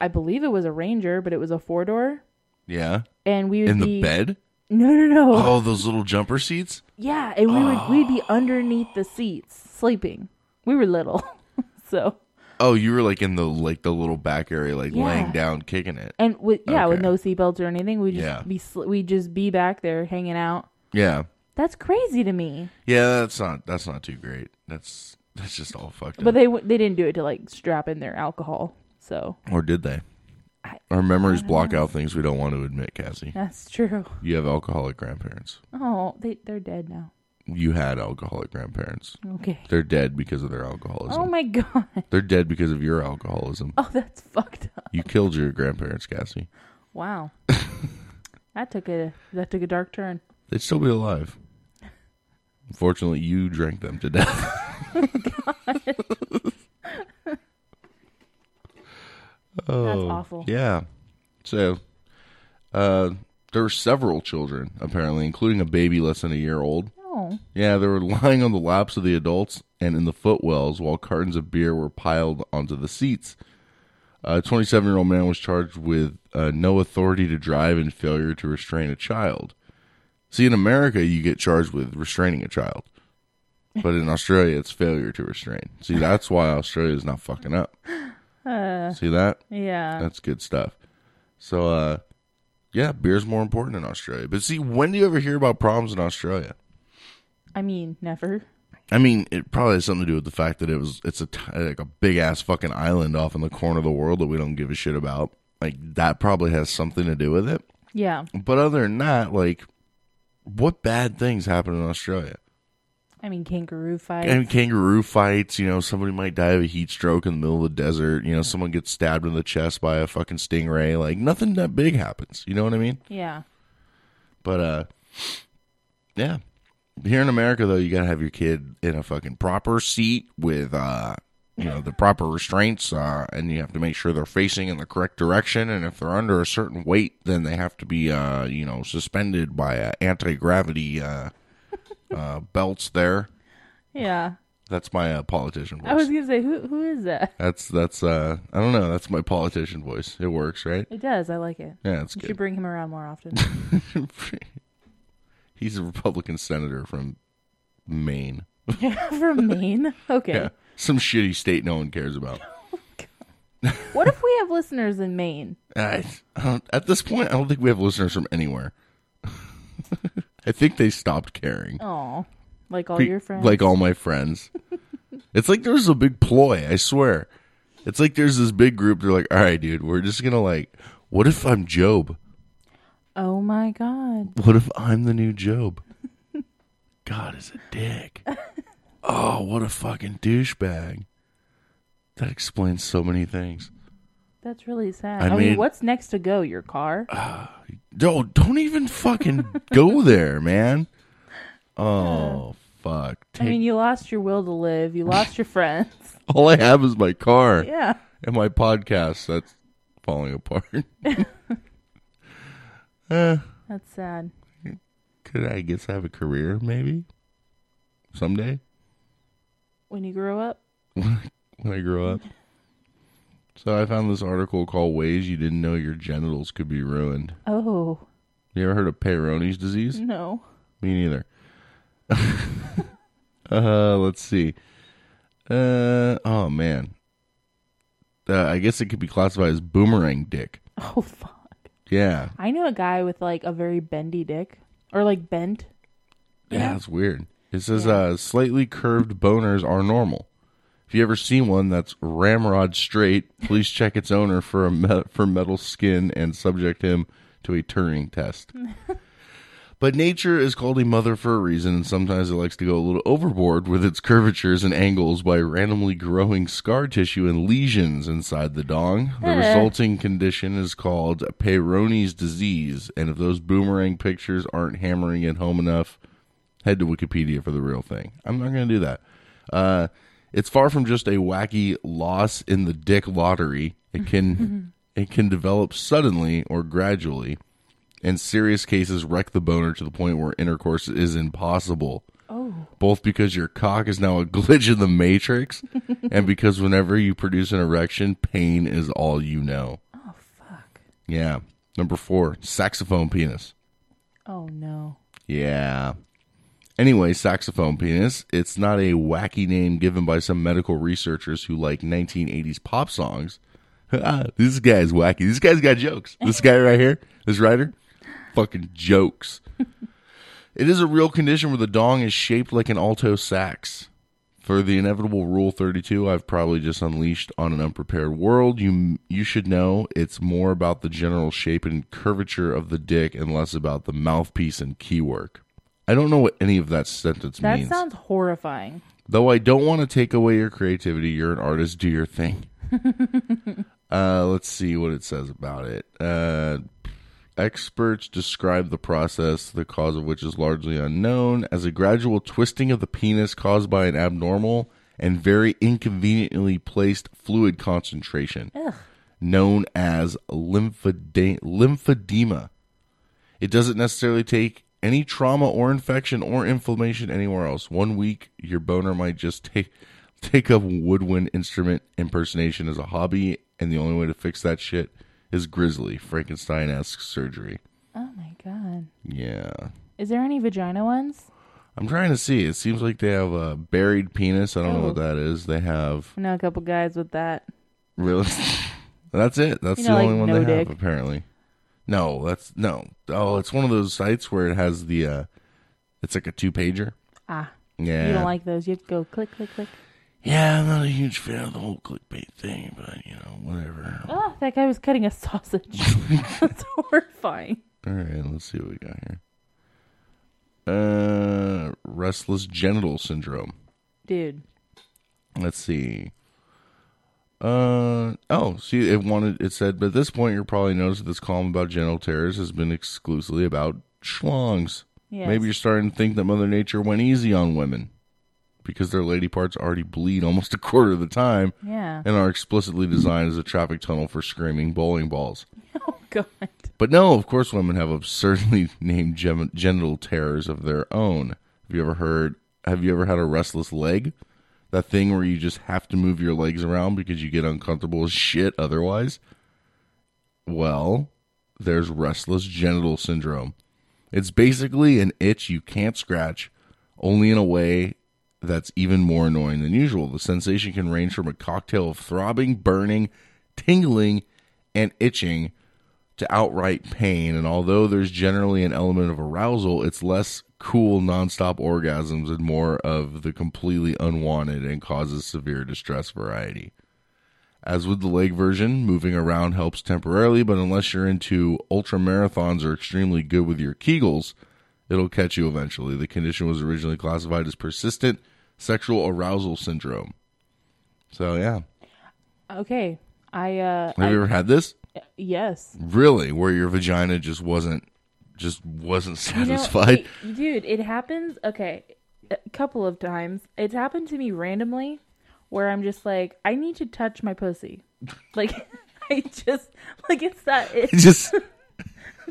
[SPEAKER 6] I believe it was a Ranger, but it was a four door,
[SPEAKER 3] Yeah.
[SPEAKER 6] and we would
[SPEAKER 3] In
[SPEAKER 6] be
[SPEAKER 3] the bed?
[SPEAKER 6] No, no, no. (laughs)
[SPEAKER 3] Oh, those little jumper seats?
[SPEAKER 6] Yeah, and we would we'd be underneath the seats sleeping. We were little, (laughs) so
[SPEAKER 3] Oh, you were like in the like the little back area, like
[SPEAKER 6] Yeah.
[SPEAKER 3] laying down, kicking it.
[SPEAKER 6] and with yeah, with
[SPEAKER 3] Okay.
[SPEAKER 6] no seatbelts or anything, we just
[SPEAKER 3] Yeah.
[SPEAKER 6] be sl- we just be back there hanging out.
[SPEAKER 3] Yeah.
[SPEAKER 6] That's crazy to me.
[SPEAKER 3] Yeah, that's not that's not too great. That's that's just all fucked up.
[SPEAKER 6] But they w- they didn't do it to like strap in their alcohol, so
[SPEAKER 3] or did they?
[SPEAKER 6] I-
[SPEAKER 3] Our memories block out things we don't want to admit, Cassie.
[SPEAKER 6] that's true.
[SPEAKER 3] You have alcoholic grandparents.
[SPEAKER 6] Oh, they they're dead now.
[SPEAKER 3] you had alcoholic grandparents.
[SPEAKER 6] Okay.
[SPEAKER 3] They're dead because of their alcoholism.
[SPEAKER 6] Oh my (laughs) god.
[SPEAKER 3] They're dead because of your alcoholism.
[SPEAKER 6] Oh, that's fucked up.
[SPEAKER 3] You killed your grandparents, Cassie. (laughs)
[SPEAKER 6] Wow. that took a that took a dark turn.
[SPEAKER 3] They'd still be alive. Unfortunately, you drank them to death.
[SPEAKER 6] that's awful.
[SPEAKER 3] Oh, yeah. So, uh, there were several children, apparently, including a baby less than a year old.
[SPEAKER 6] Oh,
[SPEAKER 3] Yeah, they were lying on the laps of the adults and in the footwells while cartons of beer were piled onto the seats. A 27 year old man was charged with uh, no authority to drive and failure to restrain a child. See, in America, you get charged with restraining a child, but in Australia, it's failure to restrain. See, that's why Australia's not fucking up. See that?
[SPEAKER 6] yeah.
[SPEAKER 3] That's good stuff. So, uh, yeah, beer's more important in Australia. But see, when do you ever hear about problems in Australia?
[SPEAKER 6] I mean, never.
[SPEAKER 3] I mean, it probably has something to do with the fact that it was it's a t- like a big ass fucking island off in the corner of the world that we don't give a shit about. Like that probably has something to do with it.
[SPEAKER 6] Yeah.
[SPEAKER 3] But other than that, like, what bad things happen in Australia?
[SPEAKER 6] I mean, kangaroo fight.
[SPEAKER 3] I mean, kangaroo fights. You know, somebody might die of a heat stroke in the middle of the desert. You know, someone gets stabbed in the chest by a fucking stingray. Like nothing that big happens. You know what I mean?
[SPEAKER 6] yeah.
[SPEAKER 3] But uh yeah. Here in America though, you gotta have your kid in a fucking proper seat with uh you know, the proper restraints, uh, and you have to make sure they're facing in the correct direction. And if they're under a certain weight, then they have to be, uh, you know, suspended (laughs) by uh, anti gravity uh, uh, belts there.
[SPEAKER 6] Yeah.
[SPEAKER 3] That's my uh, politician voice.
[SPEAKER 6] I was gonna say, who who is that?
[SPEAKER 3] that's that's uh I don't know, that's my politician voice. It works,
[SPEAKER 6] (laughs)
[SPEAKER 3] right? (laughs)
[SPEAKER 6] It does. I like it.
[SPEAKER 3] Yeah, it's
[SPEAKER 6] You should
[SPEAKER 3] good.
[SPEAKER 6] bring him around
[SPEAKER 3] (laughs)
[SPEAKER 6] more often.
[SPEAKER 3] He's a Republican senator from Maine.
[SPEAKER 6] From (laughs) Maine. Okay.
[SPEAKER 3] Yeah. Some shitty state no one cares about.
[SPEAKER 6] What if we have listeners in Maine?
[SPEAKER 3] I, I don't, at this point, I don't think we have listeners from anywhere. (laughs) I think they stopped caring.
[SPEAKER 6] Oh, like all
[SPEAKER 3] Pe-
[SPEAKER 6] your friends.
[SPEAKER 3] Like all my friends. it's like there's a big ploy, I swear. It's like there's this big group. They're like, all right, dude, we're just going to like, what if I'm Job?
[SPEAKER 6] oh my god.
[SPEAKER 3] What if I'm the new Job? God is a
[SPEAKER 6] (laughs)
[SPEAKER 3] dick. Oh, what a fucking douchebag. That explains so many things.
[SPEAKER 6] That's really sad.
[SPEAKER 3] I
[SPEAKER 6] I, mean,
[SPEAKER 3] mean-
[SPEAKER 6] what's next to go? Your car?
[SPEAKER 3] No, don't even fucking go there, man. Oh, fuck.
[SPEAKER 6] I
[SPEAKER 3] Take,
[SPEAKER 6] mean, you lost your will to live. You lost your friends.
[SPEAKER 3] (laughs) all I have is my car
[SPEAKER 6] Yeah.
[SPEAKER 3] and my podcast that's falling apart. (laughs) Eh,
[SPEAKER 6] That's sad.
[SPEAKER 3] could I guess have a career maybe? Someday
[SPEAKER 6] When you grow up?
[SPEAKER 3] when I grow up. So I found this article called Ways You Didn't Know Your Genitals Could Be Ruined.
[SPEAKER 6] Oh,
[SPEAKER 3] You ever heard of Peyronie's disease? (laughs)
[SPEAKER 6] no.
[SPEAKER 3] Me neither. uh, let's see. Uh, oh man. Uh, I guess it could be classified as boomerang dick.
[SPEAKER 6] Oh, fuck.
[SPEAKER 3] Yeah,
[SPEAKER 6] I knew a guy with like a very bendy dick or like bent.
[SPEAKER 3] yeah, that's weird. It says uh, slightly curved boners are normal. If you ever seen one that's ramrod straight, please check its owner for a me- for metal skin and subject him to a Turing test. but nature is called a mother for a reason, and sometimes it likes to go a little overboard with its curvatures and angles by randomly growing scar tissue and lesions inside the dong. The
[SPEAKER 6] Eh.
[SPEAKER 3] resulting condition is called Peyronie's disease, and if those boomerang pictures aren't hammering it home enough, head to Wikipedia for the real thing. I'm not going to do that. Uh, it's far from just a wacky loss in the dick lottery. It can it can develop suddenly or gradually, and serious cases wreck the boner to the point where intercourse is impossible.
[SPEAKER 6] Oh.
[SPEAKER 3] Both because your cock is now a (laughs) glitch in the
[SPEAKER 6] (laughs)
[SPEAKER 3] matrix, and because whenever you produce an erection, pain is all you know.
[SPEAKER 6] Oh, fuck.
[SPEAKER 3] Yeah. Number four, saxophone penis.
[SPEAKER 6] Oh, no.
[SPEAKER 3] Yeah. Anyway, saxophone penis. It's not a wacky name given by some medical researchers who like 1980s pop songs. (laughs) Ah, this guy's wacky. This guy's got jokes. This guy right here, this writer, fucking jokes. it is a real condition where the dong is shaped like an alto sax. For the inevitable rule 32, I've probably just unleashed on an unprepared world. You you should know it's more about the general shape and curvature of the dick and less about the mouthpiece and key work. I don't know what any of that sentence
[SPEAKER 6] That
[SPEAKER 3] means.
[SPEAKER 6] sounds horrifying.
[SPEAKER 3] Though I don't want to take away your creativity, you're an artist, do your thing. uh, let's see what it says about it. Uh, experts describe the process, the cause of which is largely unknown, as a gradual twisting of the penis caused by an abnormal and very inconveniently placed fluid concentration
[SPEAKER 6] Ugh.
[SPEAKER 3] known as lymphode- lymphedema. It doesn't necessarily take any trauma or infection or inflammation anywhere else. One week, your boner might just take take up woodwind instrument impersonation as a hobby, and the only way to fix that shit is grizzly Frankenstein esque surgery.
[SPEAKER 6] Oh, my God.
[SPEAKER 3] Yeah,
[SPEAKER 6] Is there any vagina ones?
[SPEAKER 3] I'm trying to see. It seems like they have a buried penis. I don't know what
[SPEAKER 6] Oh.
[SPEAKER 3] that is. They have
[SPEAKER 6] I know a couple guys with that.
[SPEAKER 3] Really? (laughs) that's it. That's
[SPEAKER 6] You
[SPEAKER 3] the
[SPEAKER 6] know,
[SPEAKER 3] only
[SPEAKER 6] like,
[SPEAKER 3] one
[SPEAKER 6] no
[SPEAKER 3] they have,
[SPEAKER 6] dick.
[SPEAKER 3] apparently. No, that's no. Oh, it's one of those sites where it has the. uh It's like a two pager.
[SPEAKER 6] Ah.
[SPEAKER 3] Yeah.
[SPEAKER 6] You don't like those. You have to go click, click, click.
[SPEAKER 3] Yeah, I'm not a huge fan of the whole clickbait thing, but you know, whatever.
[SPEAKER 6] Oh, that guy was cutting
[SPEAKER 3] (laughs)
[SPEAKER 6] a (laughs) sausage. That's horrifying.
[SPEAKER 3] All right, let's see what we got here. Uh, restless genital syndrome.
[SPEAKER 6] Dude.
[SPEAKER 3] Let's see. Uh oh, see it wanted it said, but at this point you're probably noticed that this column about genital terrors has been exclusively about schlongs.
[SPEAKER 6] Yes.
[SPEAKER 3] Maybe you're starting to think that Mother Nature went easy on women because their lady parts already bleed almost a quarter of the time
[SPEAKER 6] Yeah.
[SPEAKER 3] and are explicitly designed as a traffic tunnel for screaming bowling balls.
[SPEAKER 6] (laughs) Oh, God.
[SPEAKER 3] But no, of course, women have absurdly (laughs) named gem- genital terrors of their own. Have you ever heard? Have you ever had a restless leg? that thing where you just have to move your legs around because you get uncomfortable as shit otherwise. Well, there's restless genital syndrome. It's basically an itch you can't scratch, only in a way that's even more annoying than usual. The sensation can range from a cocktail of throbbing, burning, tingling, and itching to outright pain. And although there's generally an element of arousal, it's less cool nonstop orgasms and more of the completely unwanted and causes severe distress variety. As with the leg version, moving around helps temporarily, but unless you're into ultra marathons or extremely good with your kegels, it'll catch you eventually. The condition was originally classified as persistent sexual arousal syndrome. So yeah.
[SPEAKER 6] Okay. I uh
[SPEAKER 3] Have
[SPEAKER 6] I-
[SPEAKER 3] you ever had this?
[SPEAKER 6] yes.
[SPEAKER 3] Really? Where your vagina just wasn't just wasn't
[SPEAKER 6] You know,
[SPEAKER 3] satisfied?
[SPEAKER 6] it- dude, it happens. Okay, a couple of times it's happened to me randomly, where I'm just like, I need to touch my pussy, like (laughs) I just like it's that it,
[SPEAKER 3] (laughs) just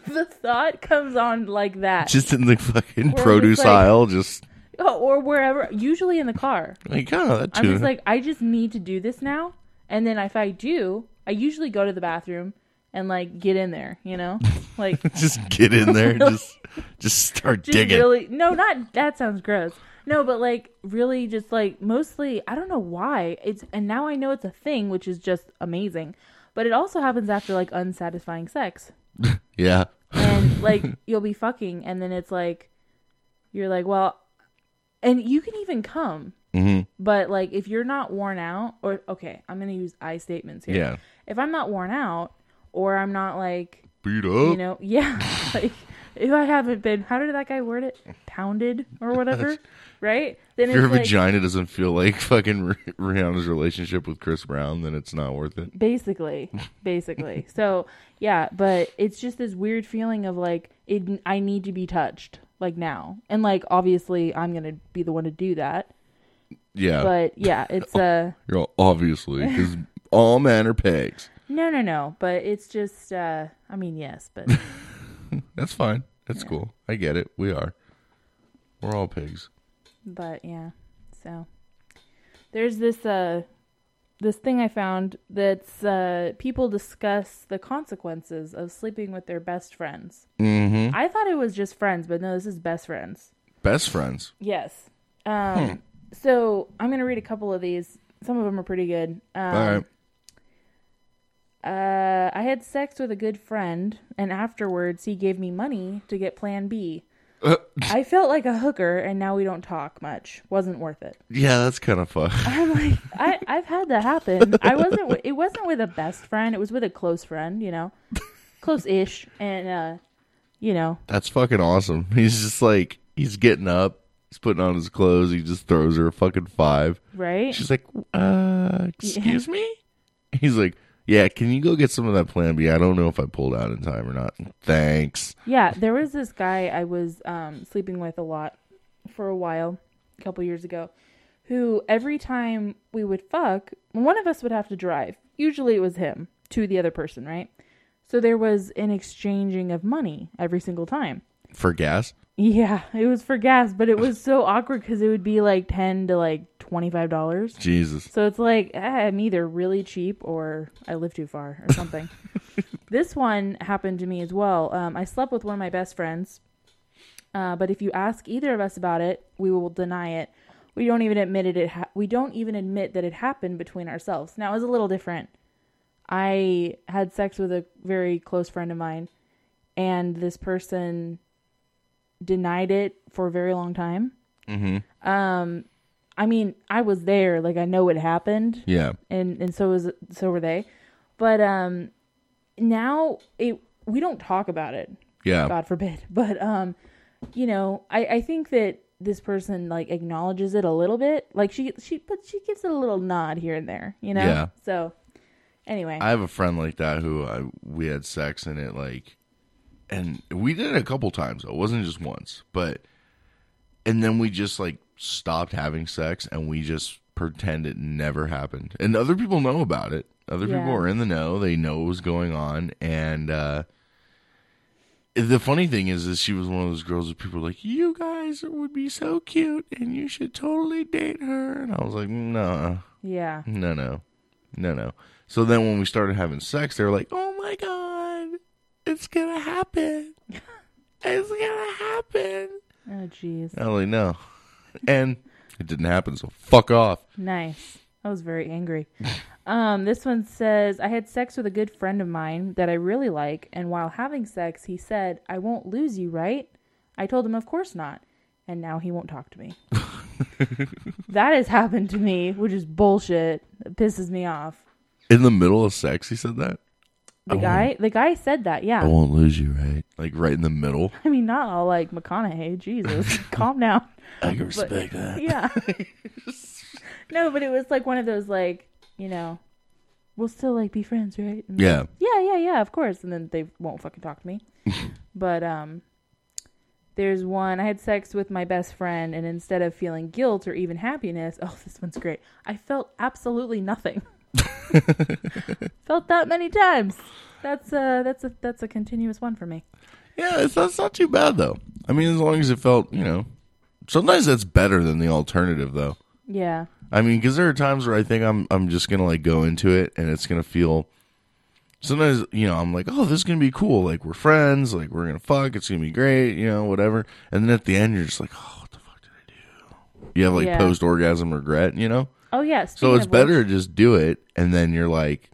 [SPEAKER 6] the thought comes on like that,
[SPEAKER 3] just in the fucking
[SPEAKER 6] just
[SPEAKER 3] produce
[SPEAKER 6] like-
[SPEAKER 3] aisle, just
[SPEAKER 6] Oh, or wherever. Usually in the car,
[SPEAKER 3] like oh that
[SPEAKER 6] I'm
[SPEAKER 3] too.
[SPEAKER 6] just like, I just need to do this now, and then if I do, I usually go to the bathroom and like get in there, you know, like
[SPEAKER 3] (laughs) just get in
[SPEAKER 6] (laughs)
[SPEAKER 3] there, and just just start
[SPEAKER 6] just
[SPEAKER 3] digging.
[SPEAKER 6] really no not that sounds gross no but like really just like mostly i don't know why it's and now i know it's a thing which is just amazing but it also happens after like unsatisfying sex
[SPEAKER 3] yeah.
[SPEAKER 6] and like you'll be fucking and then it's like you're like well and you can even come but like if you're not worn out or okay i'm gonna use i statements here
[SPEAKER 3] Yeah.
[SPEAKER 6] if i'm not worn out or i'm not like
[SPEAKER 3] Beat up.
[SPEAKER 6] you know (laughs) yeah like if i haven't been how did that guy word it pounded or whatever right then
[SPEAKER 3] if your
[SPEAKER 6] it's like,
[SPEAKER 3] vagina doesn't feel like fucking Rih- Rihanna's relationship with Chris Brown, then it's not worth it.
[SPEAKER 6] basically basically so yeah but it's just this weird feeling of like it i need to be touched like now and like obviously i'm gonna be the one to do that
[SPEAKER 3] Yeah.
[SPEAKER 6] but yeah it's uh
[SPEAKER 3] You're all, obviously because all men are pigs.
[SPEAKER 6] no no no but it's just uh i mean yes but
[SPEAKER 3] That's fine. That's cool. I get it. We are. We're all pigs.
[SPEAKER 6] but yeah so there's this uh this thing i found that's uh people discuss the consequences of sleeping with their best friends mm-hmm. i thought it was just friends but no this is best friends
[SPEAKER 3] Best friends.
[SPEAKER 6] yes
[SPEAKER 3] Hmm.
[SPEAKER 6] um so i'm gonna read a couple of these some of them are pretty good um,
[SPEAKER 3] all right.
[SPEAKER 6] uh, I had sex with a good friend, and afterwards he gave me money to get Plan B.
[SPEAKER 3] Uh.
[SPEAKER 6] I felt like a hooker, and now we don't talk much. Wasn't worth it. (laughs)
[SPEAKER 3] Yeah, that's kind of fun.
[SPEAKER 6] I'm like, I, I've had that happen. I wasn't. wi- It wasn't with a best friend. It was with a close friend. You know, close-ish, and uh, you know,
[SPEAKER 3] That's fucking awesome. (laughs) He's just like he's getting up. He's putting on his clothes. He just throws her a fucking five.
[SPEAKER 6] right?
[SPEAKER 3] She's like, uh, excuse me? He's like, yeah, can you go get some of that plan B? I don't know if I pulled out in time or not. Thanks.
[SPEAKER 6] Yeah, there was this guy I was um, sleeping with a lot for a while, a couple years ago, who every time we would fuck, one of us would have to drive. Usually it was him to the other person, right? So there was an exchanging of money every single time.
[SPEAKER 3] For gas?
[SPEAKER 6] Yeah, it was for gas, but it was so awkward because it would be like ten to like twenty five dollars.
[SPEAKER 3] Jesus.
[SPEAKER 6] So it's like eh, I'm either really cheap or I live too far or something. this one happened to me as well. Um, I slept with one of my best friends, uh, but if you ask either of us about it, we will deny it. We don't even admit it. it ha- we don't even admit that it happened between ourselves. Now it was a little different. I had sex with a very close friend of mine, and this person denied it for a very long time. Um, I mean, I was there. Like I know it happened
[SPEAKER 3] Yeah.
[SPEAKER 6] and and so was so were they but um now it we don't talk about it
[SPEAKER 3] Yeah.
[SPEAKER 6] god forbid (laughs) but um you know i i think that this person like acknowledges it a little bit like she she but she gives it a little nod here and there you know
[SPEAKER 3] Yeah.
[SPEAKER 6] so anyway
[SPEAKER 3] I have a friend like that who I, we had sex and it like, and we did it a couple times though. It wasn't just once, but, and then we just like stopped having sex and we just pretend it never happened. And other people know about it. Other
[SPEAKER 6] Yeah.
[SPEAKER 3] people are in the know. They know what was going on. And, uh, the funny thing is, is she was one of those girls that people were like, "You guys would be so cute, and you should totally date her." And I was like, "No,
[SPEAKER 6] Yeah.
[SPEAKER 3] no, no, no, no." So then when we started having sex, they were like, "Oh my god, it's gonna happen! It's gonna happen!"
[SPEAKER 6] Oh, jeez.
[SPEAKER 3] I was like, "No," and it didn't happen. So fuck off.
[SPEAKER 6] Nice. I was very
[SPEAKER 3] (laughs)
[SPEAKER 6] angry. um, this one says I had sex with a good friend of mine that I really like, and while having sex, he said, "I won't lose you, right?" I told him, "Of course not," and now he won't talk
[SPEAKER 3] (laughs)
[SPEAKER 6] to me. that has happened to me, which is bullshit. It pisses me off.
[SPEAKER 3] In the middle of sex, he said that.
[SPEAKER 6] The guy, the guy said that. Yeah.
[SPEAKER 3] I won't lose you, right? Like right in the middle.
[SPEAKER 6] I mean, not all like
[SPEAKER 3] (laughs)
[SPEAKER 6] McConaughey. Jesus, calm down.
[SPEAKER 3] I can respect that.
[SPEAKER 6] Yeah. no, but it was like one of those like you know, we'll still like be friends, right? And
[SPEAKER 3] Yeah.
[SPEAKER 6] yeah, yeah, yeah, of course. And then they won't fucking talk
[SPEAKER 3] (laughs)
[SPEAKER 6] to me. but um there's one I had sex with my best friend and instead of feeling guilt or even happiness, (laughs) oh this one's great. I felt absolutely nothing. (laughs) felt that many times. That's uh that's a that's a continuous one for me.
[SPEAKER 3] Yeah, it's, that's not too bad though. I mean, as long as it felt, you know, sometimes that's better than the alternative though.
[SPEAKER 6] Yeah.
[SPEAKER 3] I mean, because there are times where I think I'm I'm just gonna like go into it and it's gonna feel. Sometimes you know I'm like, oh, this is gonna be cool. Like we're friends. Like we're gonna fuck. It's gonna be great. You know, whatever. And then at the end, you're just like, oh, what the fuck did I do? You have like
[SPEAKER 6] Yeah.
[SPEAKER 3] post orgasm regret. You know,
[SPEAKER 6] Oh yeah.
[SPEAKER 3] so
[SPEAKER 6] speaking
[SPEAKER 3] it's
[SPEAKER 6] of which-
[SPEAKER 3] better to just do it, and then you're like,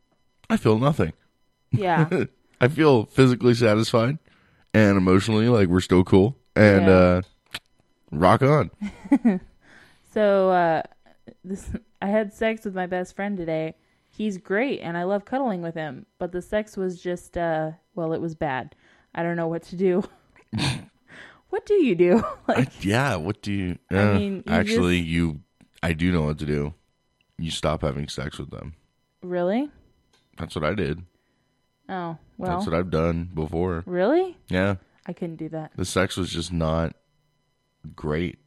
[SPEAKER 3] I feel nothing. (laughs)
[SPEAKER 6] yeah.
[SPEAKER 3] I feel physically satisfied and emotionally like we're still cool and
[SPEAKER 6] Yeah.
[SPEAKER 3] uh rock on.
[SPEAKER 6] So uh, (laughs) this, I had sex with my best friend today. He's great, and I love cuddling with him. But the sex was just, uh, well, it was bad. I don't know what
[SPEAKER 3] (laughs)
[SPEAKER 6] to do. what do you do? (laughs) like,
[SPEAKER 3] yeah, what do you
[SPEAKER 6] I
[SPEAKER 3] uh,
[SPEAKER 6] mean, you
[SPEAKER 3] actually you I do know what to do. You stop having sex with them.
[SPEAKER 6] really?
[SPEAKER 3] That's what I did.
[SPEAKER 6] Oh,
[SPEAKER 3] That's
[SPEAKER 6] well,
[SPEAKER 3] what I've done before.
[SPEAKER 6] really?
[SPEAKER 3] Yeah.
[SPEAKER 6] I couldn't do that.
[SPEAKER 3] The sex was just not great.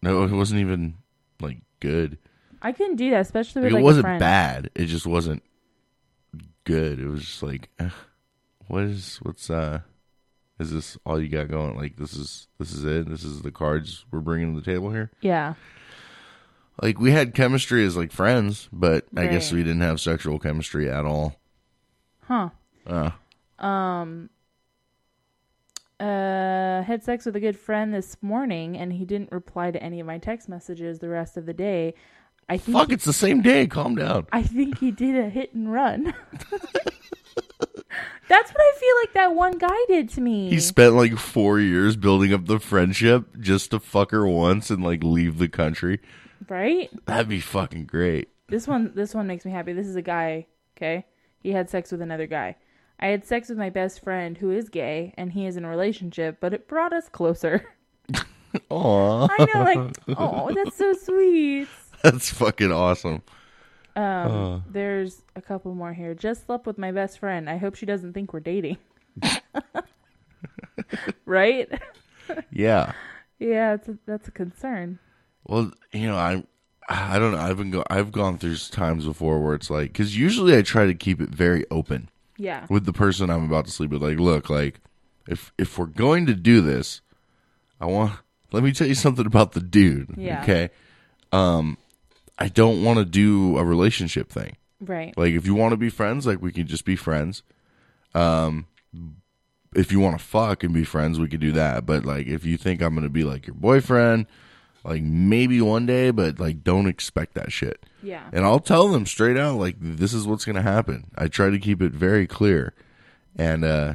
[SPEAKER 3] No, it wasn't even like good.
[SPEAKER 6] I couldn't do that, especially
[SPEAKER 3] Like,
[SPEAKER 6] with like
[SPEAKER 3] it
[SPEAKER 6] a
[SPEAKER 3] wasn't
[SPEAKER 6] friend.
[SPEAKER 3] bad. It just wasn't good. It was just like, eh, what is what's uh, is this all you got going? Like this is this is it. This is the cards we're bringing to the table here.
[SPEAKER 6] Yeah,
[SPEAKER 3] Like we had chemistry as like friends, but I guess
[SPEAKER 6] Right.
[SPEAKER 3] we didn't have sexual chemistry at all.
[SPEAKER 6] huh?
[SPEAKER 3] Uh,
[SPEAKER 6] uh, had sex with a good friend this morning, and he didn't reply to any of my text messages the rest of the day. I think
[SPEAKER 3] fuck, it's the same day. Calm down.
[SPEAKER 6] I think he did a hit and run. (laughs) That's what I feel like that one guy did to me.
[SPEAKER 3] He spent like four years building up the friendship just to fuck her once and like leave the country.
[SPEAKER 6] right?
[SPEAKER 3] That'd be fucking great. (laughs)
[SPEAKER 6] This one this one makes me happy. This is a guy, okay? He had sex with another guy. I had sex with my best friend who is gay and he is in a relationship, but it brought us closer.
[SPEAKER 3] Aw,
[SPEAKER 6] I know, like, oh, that's so sweet. Um,
[SPEAKER 3] that's fucking awesome.
[SPEAKER 6] There's a couple more here. Just slept with my best friend. I hope she doesn't think we're dating. (laughs) right?
[SPEAKER 3] Yeah.
[SPEAKER 6] Yeah, it's a, that's a concern.
[SPEAKER 3] Well, you know, I I don't know. I've been go- I've gone through times before where it's like cuz usually I try to keep it very open
[SPEAKER 6] Yeah.
[SPEAKER 3] with the person I'm about to sleep with like, look, like if if we're going to do this, I want let me tell you something about the dude,
[SPEAKER 6] Yeah.
[SPEAKER 3] okay? Um I don't want to do a relationship thing.
[SPEAKER 6] Right.
[SPEAKER 3] Like if you want to be friends, like we can just be friends. Um if you want to fuck and be friends, we could do that. But like if you think I'm going to be like your boyfriend, like maybe one day, but like don't expect that shit.
[SPEAKER 6] Yeah.
[SPEAKER 3] And I'll tell them straight out like this is what's going to happen. I try to keep it very clear. And uh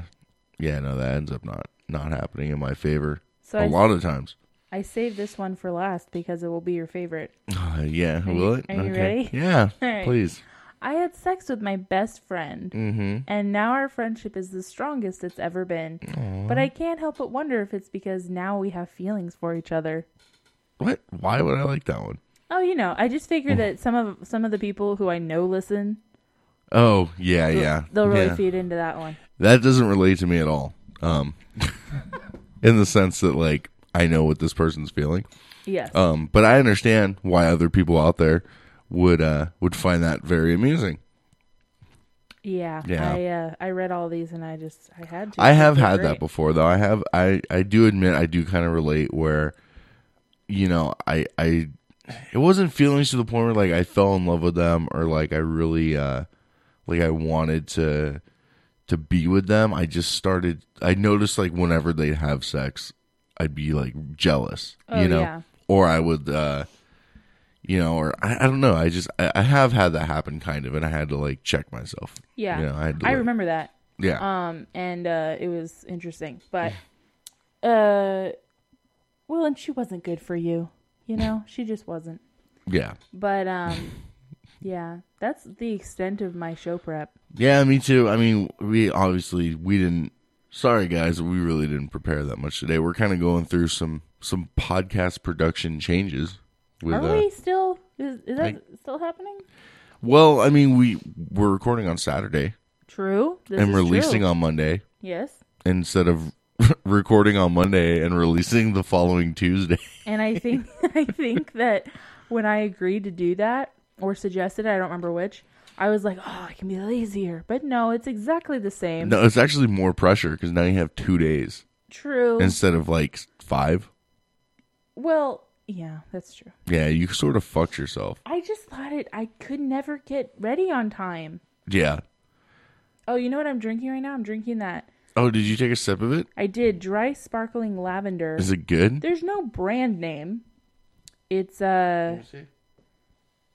[SPEAKER 3] yeah, no that ends up not not happening in my favor
[SPEAKER 6] So
[SPEAKER 3] a
[SPEAKER 6] I-
[SPEAKER 3] lot of times.
[SPEAKER 6] I saved this one for last because it will be your favorite.
[SPEAKER 3] Uh, yeah,
[SPEAKER 6] you-
[SPEAKER 3] will it?
[SPEAKER 6] are you ready?
[SPEAKER 3] Yeah.
[SPEAKER 6] (laughs) All right.
[SPEAKER 3] Please.
[SPEAKER 6] I had sex with my best friend,
[SPEAKER 3] Mm-hmm.
[SPEAKER 6] and now our friendship is the strongest it's ever been. But I can't help but wonder if it's because now we have feelings for each other.
[SPEAKER 3] What? Why would I like that one?
[SPEAKER 6] Oh, you know, I just
[SPEAKER 3] Mm.
[SPEAKER 6] figure that some of some of the people who I know listen,
[SPEAKER 3] Oh, yeah, yeah.
[SPEAKER 6] they'll really
[SPEAKER 3] yeah.
[SPEAKER 6] feed into that one.
[SPEAKER 3] That doesn't relate to me at all.
[SPEAKER 6] (laughs)
[SPEAKER 3] Um, in the sense that like I know what this person's feeling.
[SPEAKER 6] Yes.
[SPEAKER 3] Um, but I understand why other people out there would uh would find that very amusing.
[SPEAKER 6] Yeah.
[SPEAKER 3] Yeah.
[SPEAKER 6] I uh, I read all these and I just I had to.
[SPEAKER 3] I have
[SPEAKER 6] They're
[SPEAKER 3] had
[SPEAKER 6] great.
[SPEAKER 3] that before though. I have I I do admit I do kind of relate where you know, I I it wasn't feelings to the point where like I fell in love with them or like I really uh like I wanted to to be with them. I just started I noticed like whenever they'd have sex, I'd be like jealous,
[SPEAKER 6] Oh,
[SPEAKER 3] you know.
[SPEAKER 6] yeah.
[SPEAKER 3] Or I would uh you know, or I, I don't know. I just I, I have had that happen kind of, and I had to like check myself.
[SPEAKER 6] Yeah.
[SPEAKER 3] you know, I had to.
[SPEAKER 6] I
[SPEAKER 3] like-
[SPEAKER 6] remember that.
[SPEAKER 3] Yeah,
[SPEAKER 6] Um, and uh, it was interesting,
[SPEAKER 3] (laughs)
[SPEAKER 6] but uh, well, and she wasn't good for you.
[SPEAKER 3] (laughs)
[SPEAKER 6] You know, she just wasn't.
[SPEAKER 3] yeah. (laughs)
[SPEAKER 6] But um, yeah, that's the extent of my show prep.
[SPEAKER 3] Yeah, me too. I mean, we obviously we didn't. Sorry, guys, we really didn't prepare that much today. We're kind of going through some some podcast production changes. With,
[SPEAKER 6] Are
[SPEAKER 3] uh,
[SPEAKER 6] we still? Is, is that still happening?
[SPEAKER 3] well, I mean, we we're recording on Saturday
[SPEAKER 6] True. This
[SPEAKER 3] and
[SPEAKER 6] is
[SPEAKER 3] releasing
[SPEAKER 6] true.
[SPEAKER 3] on Monday
[SPEAKER 6] Yes,
[SPEAKER 3] instead of (laughs) recording on Monday and releasing the following Tuesday.
[SPEAKER 6] and I think (laughs) I think that when I agreed to do that or suggested, it, I don't remember which. I was like, oh, I can be lazier, but no, it's exactly the same.
[SPEAKER 3] No, it's actually more pressure because now you have two days
[SPEAKER 6] True.
[SPEAKER 3] instead of like five.
[SPEAKER 6] well, yeah, that's true.
[SPEAKER 3] Yeah, you sort of fucked yourself.
[SPEAKER 6] I just thought it. I could never get ready on time.
[SPEAKER 3] Yeah.
[SPEAKER 6] Oh, you know what I'm drinking right now? I'm drinking that.
[SPEAKER 3] Oh, did you take a sip of it?
[SPEAKER 6] I did dry sparkling lavender.
[SPEAKER 3] Is it good?
[SPEAKER 6] There's no brand name. It's uh,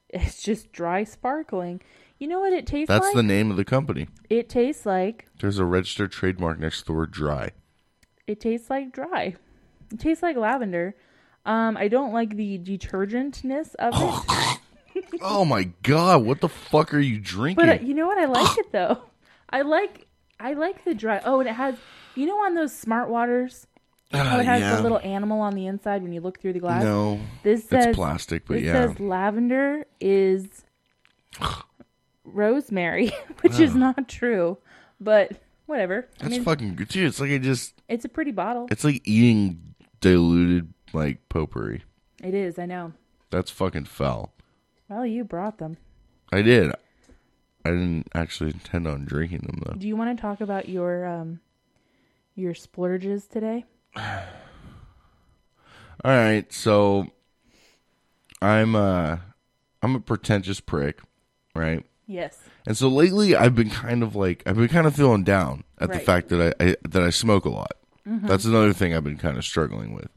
[SPEAKER 6] it's just dry sparkling. You know what it tastes
[SPEAKER 3] That's
[SPEAKER 6] like?
[SPEAKER 3] the name of the company.
[SPEAKER 6] it tastes like
[SPEAKER 3] There's a registered trademark next to the word dry.
[SPEAKER 6] it tastes like dry. It tastes like lavender. Um, I don't like the detergentness of
[SPEAKER 3] (gasps)
[SPEAKER 6] it,
[SPEAKER 3] Oh my god, what the fuck are you drinking?
[SPEAKER 6] but uh, you know what?
[SPEAKER 3] (gasps)
[SPEAKER 6] I like it though. I like I like the dry. Oh, and it has you know on those smart waters
[SPEAKER 3] Ah,
[SPEAKER 6] Oh, it has
[SPEAKER 3] yeah.
[SPEAKER 6] the little animal on the inside when you look through the glass.
[SPEAKER 3] No.
[SPEAKER 6] this
[SPEAKER 3] it's
[SPEAKER 6] says
[SPEAKER 3] plastic, but
[SPEAKER 6] this
[SPEAKER 3] yeah.
[SPEAKER 6] says lavender is rosemary, (laughs) which is not true, but whatever. I
[SPEAKER 3] That's
[SPEAKER 6] mean,
[SPEAKER 3] fucking good. Dude, it's like I just
[SPEAKER 6] it's a pretty bottle.
[SPEAKER 3] it's like eating diluted like potpourri.
[SPEAKER 6] It is. I know.
[SPEAKER 3] That's fucking foul.
[SPEAKER 6] Well, you brought them.
[SPEAKER 3] I did. I didn't actually intend on drinking them though.
[SPEAKER 6] Do you want to talk about your um your splurges today?
[SPEAKER 3] All right, so I'm uh I'm a pretentious prick, right?
[SPEAKER 6] Yes.
[SPEAKER 3] And so lately, I've been kind of like I've been kind of feeling down at the
[SPEAKER 6] Right. Mm-hmm.
[SPEAKER 3] fact that I, I that I smoke a lot. That's another thing I've been kind of struggling with.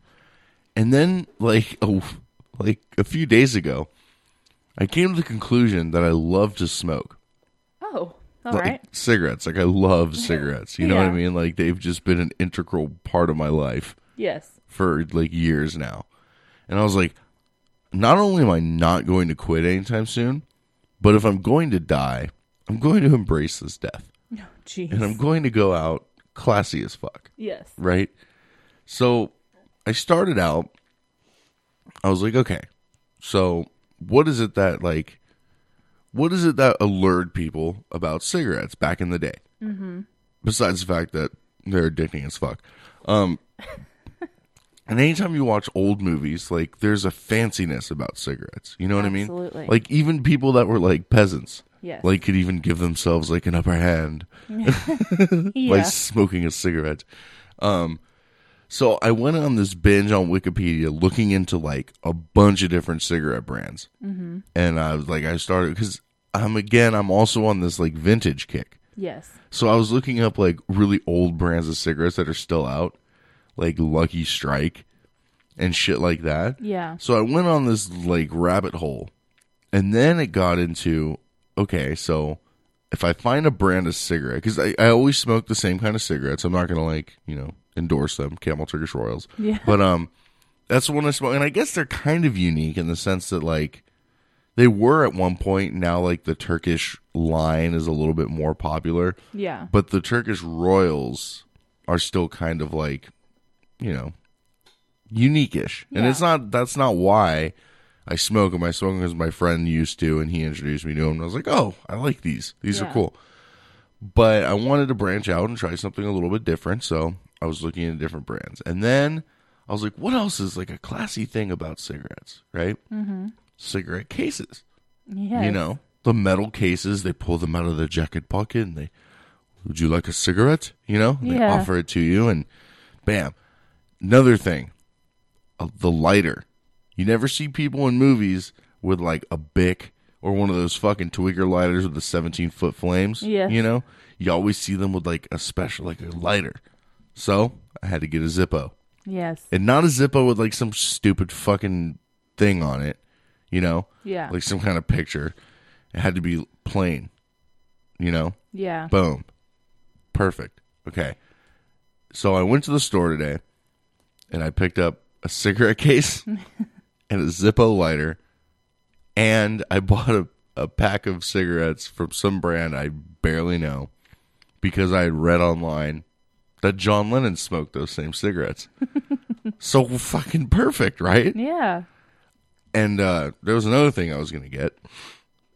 [SPEAKER 3] And then like a, like a few days ago, I came to the conclusion that I love to smoke.
[SPEAKER 6] Oh, all
[SPEAKER 3] like
[SPEAKER 6] right.
[SPEAKER 3] cigarettes. Like I
[SPEAKER 6] (laughs)
[SPEAKER 3] love cigarettes. You know what I
[SPEAKER 6] Yeah.
[SPEAKER 3] mean? Like they've just been an integral part of my life
[SPEAKER 6] Yes.
[SPEAKER 3] for like years now. And I was like, not only am I not going to quit anytime soon, but if I'm going to die, I'm going to embrace this death.
[SPEAKER 6] No, jeez.
[SPEAKER 3] And I'm going to go out classy as fuck,
[SPEAKER 6] yes.
[SPEAKER 3] right? So I started out, I was like, okay, so what is it that like, what is it that allured people about cigarettes back in the day? Mm-hmm. Besides the fact that they're addicting as fuck.
[SPEAKER 6] (laughs)
[SPEAKER 3] Um, and anytime you watch old movies, like there's a fanciness about cigarettes. You know what I
[SPEAKER 6] Absolutely.
[SPEAKER 3] mean? Like even people that were like peasants,
[SPEAKER 6] Yes.
[SPEAKER 3] like could even give themselves like an upper hand
[SPEAKER 6] yeah.
[SPEAKER 3] by smoking a cigarette. Um, so I went on this binge on Wikipedia looking into like a bunch of different cigarette brands, mm-hmm. and I was like, I started because I'm again, I'm also on this like vintage kick.
[SPEAKER 6] Yes.
[SPEAKER 3] So I was looking up like really old brands of cigarettes that are still out, like Lucky Strike and shit like that.
[SPEAKER 6] Yeah.
[SPEAKER 3] So I went on this like rabbit hole, and then it got into okay, so if I find a brand of cigarette, because I, I always smoke the same kind of cigarettes, I'm not gonna like you know endorse them, Camel Turkish Royals,
[SPEAKER 6] Yeah. (laughs)
[SPEAKER 3] but um, that's the one I smoke, and I guess they're kind of unique in the sense that like they were at one point, now like the Turkish line is a little bit more popular,
[SPEAKER 6] Yeah.
[SPEAKER 3] but the Turkish royals are still kind of like, you know, unique-ish. And
[SPEAKER 6] Yeah.
[SPEAKER 3] it's not that's not why I smoke them. I smoke them because my friend used to, and he introduced me to them. And I was like, oh, I like these. These
[SPEAKER 6] Yeah.
[SPEAKER 3] are cool. But I wanted to branch out and try something a little bit different, so I was looking at different brands. And then I was like, what else is like a classy thing about cigarettes, right? Mm-hmm. Cigarette cases.
[SPEAKER 6] Yes.
[SPEAKER 3] You know, the metal cases. They pull them out of their jacket pocket and they, would you like a cigarette? You know, And they
[SPEAKER 6] Yeah.
[SPEAKER 3] offer it to you and bam. Another thing, uh, the lighter. You never see people in movies with like a Bic or one of those fucking Twigger lighters with the 17 foot flames.
[SPEAKER 6] Yeah.
[SPEAKER 3] You know, you always see them with like a special, like a lighter. So I had to get a Zippo
[SPEAKER 6] Yes.
[SPEAKER 3] and not a Zippo with like some stupid fucking thing on it, you know,
[SPEAKER 6] Yeah.
[SPEAKER 3] like some kind of picture. It had to be plain, you know.
[SPEAKER 6] yeah.
[SPEAKER 3] Boom, perfect. Okay, so I went to the store today, and I picked up a cigarette (laughs) case and a Zippo lighter, and I bought a a pack of cigarettes from some brand I barely know because I had read online that John Lennon smoked those same cigarettes. so fucking perfect, right?
[SPEAKER 6] yeah.
[SPEAKER 3] And uh, there was another thing I was going to get,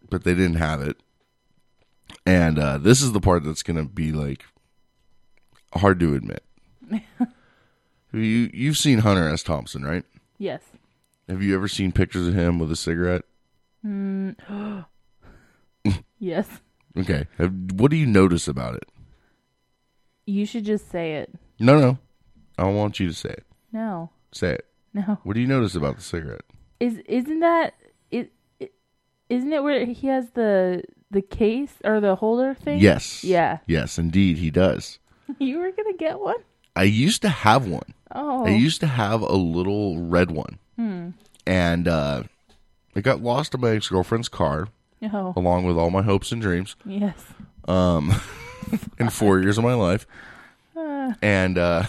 [SPEAKER 3] but they didn't have it. And uh, this is the part that's going to be like hard to admit. you you've seen Hunter S. Thompson, right?
[SPEAKER 6] Yes.
[SPEAKER 3] Have you ever seen pictures of him with a cigarette?
[SPEAKER 6] Yes.
[SPEAKER 3] Okay, Have- what do you notice about it?
[SPEAKER 6] You should just say it.
[SPEAKER 3] No, no, I want you to say it.
[SPEAKER 6] No.
[SPEAKER 3] Say it.
[SPEAKER 6] No.
[SPEAKER 3] What do you notice about the cigarette?
[SPEAKER 6] Is isn't that is i- isn't it where he has the the case or the holder thing?
[SPEAKER 3] Yes.
[SPEAKER 6] Yeah. (laughs)
[SPEAKER 3] Yes, indeed, he does.
[SPEAKER 6] You were gonna get one?
[SPEAKER 3] I used to have one.
[SPEAKER 6] Oh.
[SPEAKER 3] I used to have a little red one, and uh, it got lost in my ex girlfriend's car,
[SPEAKER 6] no.
[SPEAKER 3] along with all my hopes and dreams,
[SPEAKER 6] Oh, Yes.
[SPEAKER 3] in four years of my life. And uh,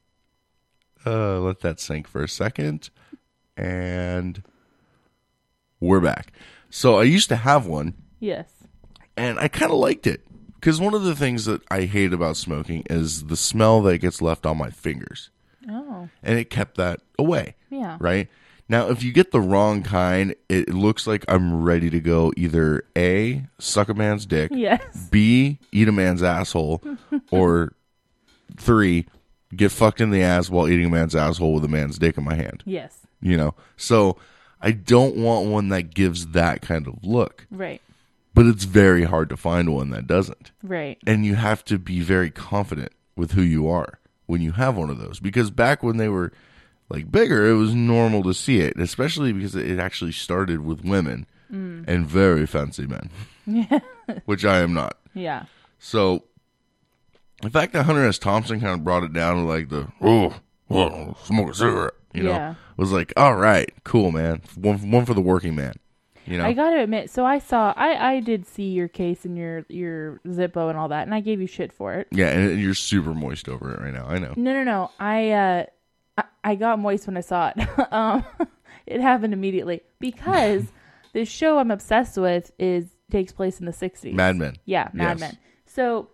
[SPEAKER 3] (laughs) uh, let that sink for a second, and we're back. So I used to have one,
[SPEAKER 6] Yes.
[SPEAKER 3] and I kind of liked it because one of the things that I hate about smoking is the smell that gets left on my fingers,
[SPEAKER 6] Oh.
[SPEAKER 3] and it kept that away.
[SPEAKER 6] Yeah.
[SPEAKER 3] Right? Now, if you get the wrong kind, it looks like I'm ready to go either A, suck a man's dick,
[SPEAKER 6] Yes.
[SPEAKER 3] B, eat a man's asshole, or three, get fucked in the ass while eating a man's asshole with a man's dick in my hand.
[SPEAKER 6] Yes.
[SPEAKER 3] You know? So I don't want one that gives that kind of look,
[SPEAKER 6] Right.
[SPEAKER 3] but it's very hard to find one that doesn't.
[SPEAKER 6] Right.
[SPEAKER 3] And you have to be very confident with who you are when you have one of those. Because back when they were like bigger, it was normal to see it, especially because it actually started with women
[SPEAKER 6] Mm.
[SPEAKER 3] and very fancy
[SPEAKER 6] (laughs)
[SPEAKER 3] men, which I am not.
[SPEAKER 6] Yeah.
[SPEAKER 3] So the fact that Hunter S. Thompson kind of brought it down to like the, oh, oh smoke a cigarette, you know,
[SPEAKER 6] Yeah.
[SPEAKER 3] was like, all right, cool, man. One, one for the working man, you know?
[SPEAKER 6] I gotta admit, so I saw I I did see your case and your your Zippo and all that, and I gave you shit for it.
[SPEAKER 3] yeah, and you're super moist over it right now. I know.
[SPEAKER 6] No, no, no. I uh, I, I got moist when I saw it. (laughs) um, it happened immediately
[SPEAKER 3] (laughs)
[SPEAKER 6] because this show I'm obsessed with is takes place in the '60s.
[SPEAKER 3] Mad Men.
[SPEAKER 6] Yeah, Mad
[SPEAKER 3] Yes.
[SPEAKER 6] Men. So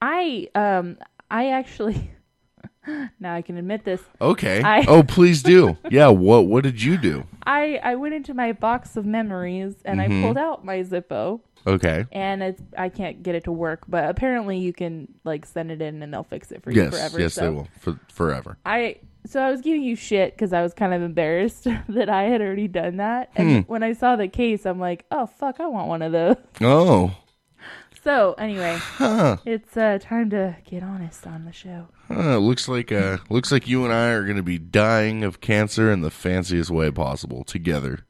[SPEAKER 6] I um I actually (laughs) now I can admit this.
[SPEAKER 3] Okay.
[SPEAKER 6] I-
[SPEAKER 3] oh, please
[SPEAKER 6] (laughs)
[SPEAKER 3] do. Yeah. What What did you do?
[SPEAKER 6] I I went into my box of memories and
[SPEAKER 3] Mm-hmm.
[SPEAKER 6] I pulled out my Zippo.
[SPEAKER 3] Okay.
[SPEAKER 6] and it's I can't get it to work, but apparently you can like send it in and they'll fix it for you
[SPEAKER 3] Yes.
[SPEAKER 6] forever.
[SPEAKER 3] yes,
[SPEAKER 6] so.
[SPEAKER 3] they will for forever.
[SPEAKER 6] I so I was giving you shit because I was kind of embarrassed (laughs) that I had already done that, and when I saw the case, I'm like, oh fuck, I want one of those. (laughs)
[SPEAKER 3] Oh.
[SPEAKER 6] So anyway, it's uh, time to get honest on the show. (laughs)
[SPEAKER 3] Huh, looks like uh, looks like you and I are going to be dying of cancer in the fanciest way possible together,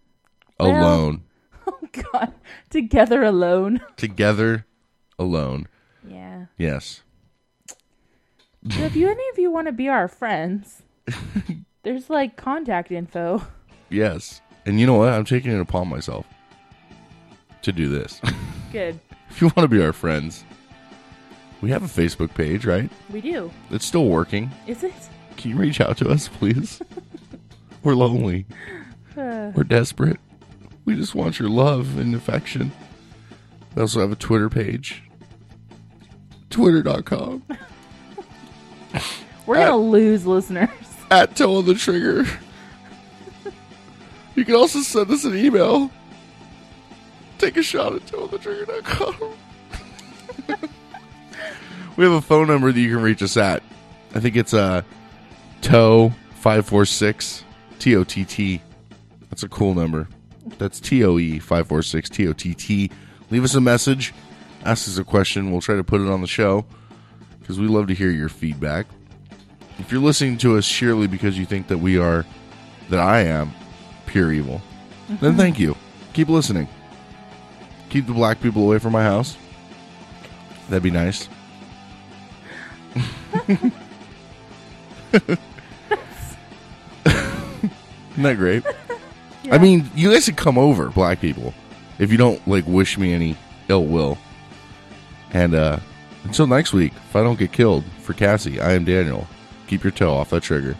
[SPEAKER 6] Well-
[SPEAKER 3] alone,
[SPEAKER 6] Oh god, together alone.
[SPEAKER 3] together, alone.
[SPEAKER 6] Yeah.
[SPEAKER 3] Yes.
[SPEAKER 6] So if you any of you want to be our friends, there's like contact info. (laughs)
[SPEAKER 3] Yes. And you know what? I'm taking it upon myself to do this. (laughs)
[SPEAKER 6] Good.
[SPEAKER 3] if you want to be our friends, we have a Facebook page, right?
[SPEAKER 6] We do.
[SPEAKER 3] It's still working.
[SPEAKER 6] Is it?
[SPEAKER 3] Can you reach out to us, please? We're lonely. We're desperate. We just want your love and affection. We also have a Twitter page. Twitter.com
[SPEAKER 6] We're gonna lose listeners.
[SPEAKER 3] at Toe on the Trigger. You can also send us an email. Take a shot at ToeOnTheTrigger.com. (laughs) we have a phone number that you can reach us at. I think it's uh, Toe546 T O T T. That's a cool number. That's T O E 546 T O T T. Leave us a message, ask us a question. We'll try to put it on the show because we love to hear your feedback. If you're listening to us sheerly because you think that we are, that I am, pure evil, then thank you. Keep listening. Keep the black people away from my house. That'd be nice. Isn't that great? I mean, you guys should come over, black people, if you don't like wish me any ill will. And uh, until next week, if I don't get killed for Cassie, I am Daniel. Keep your toe off that trigger.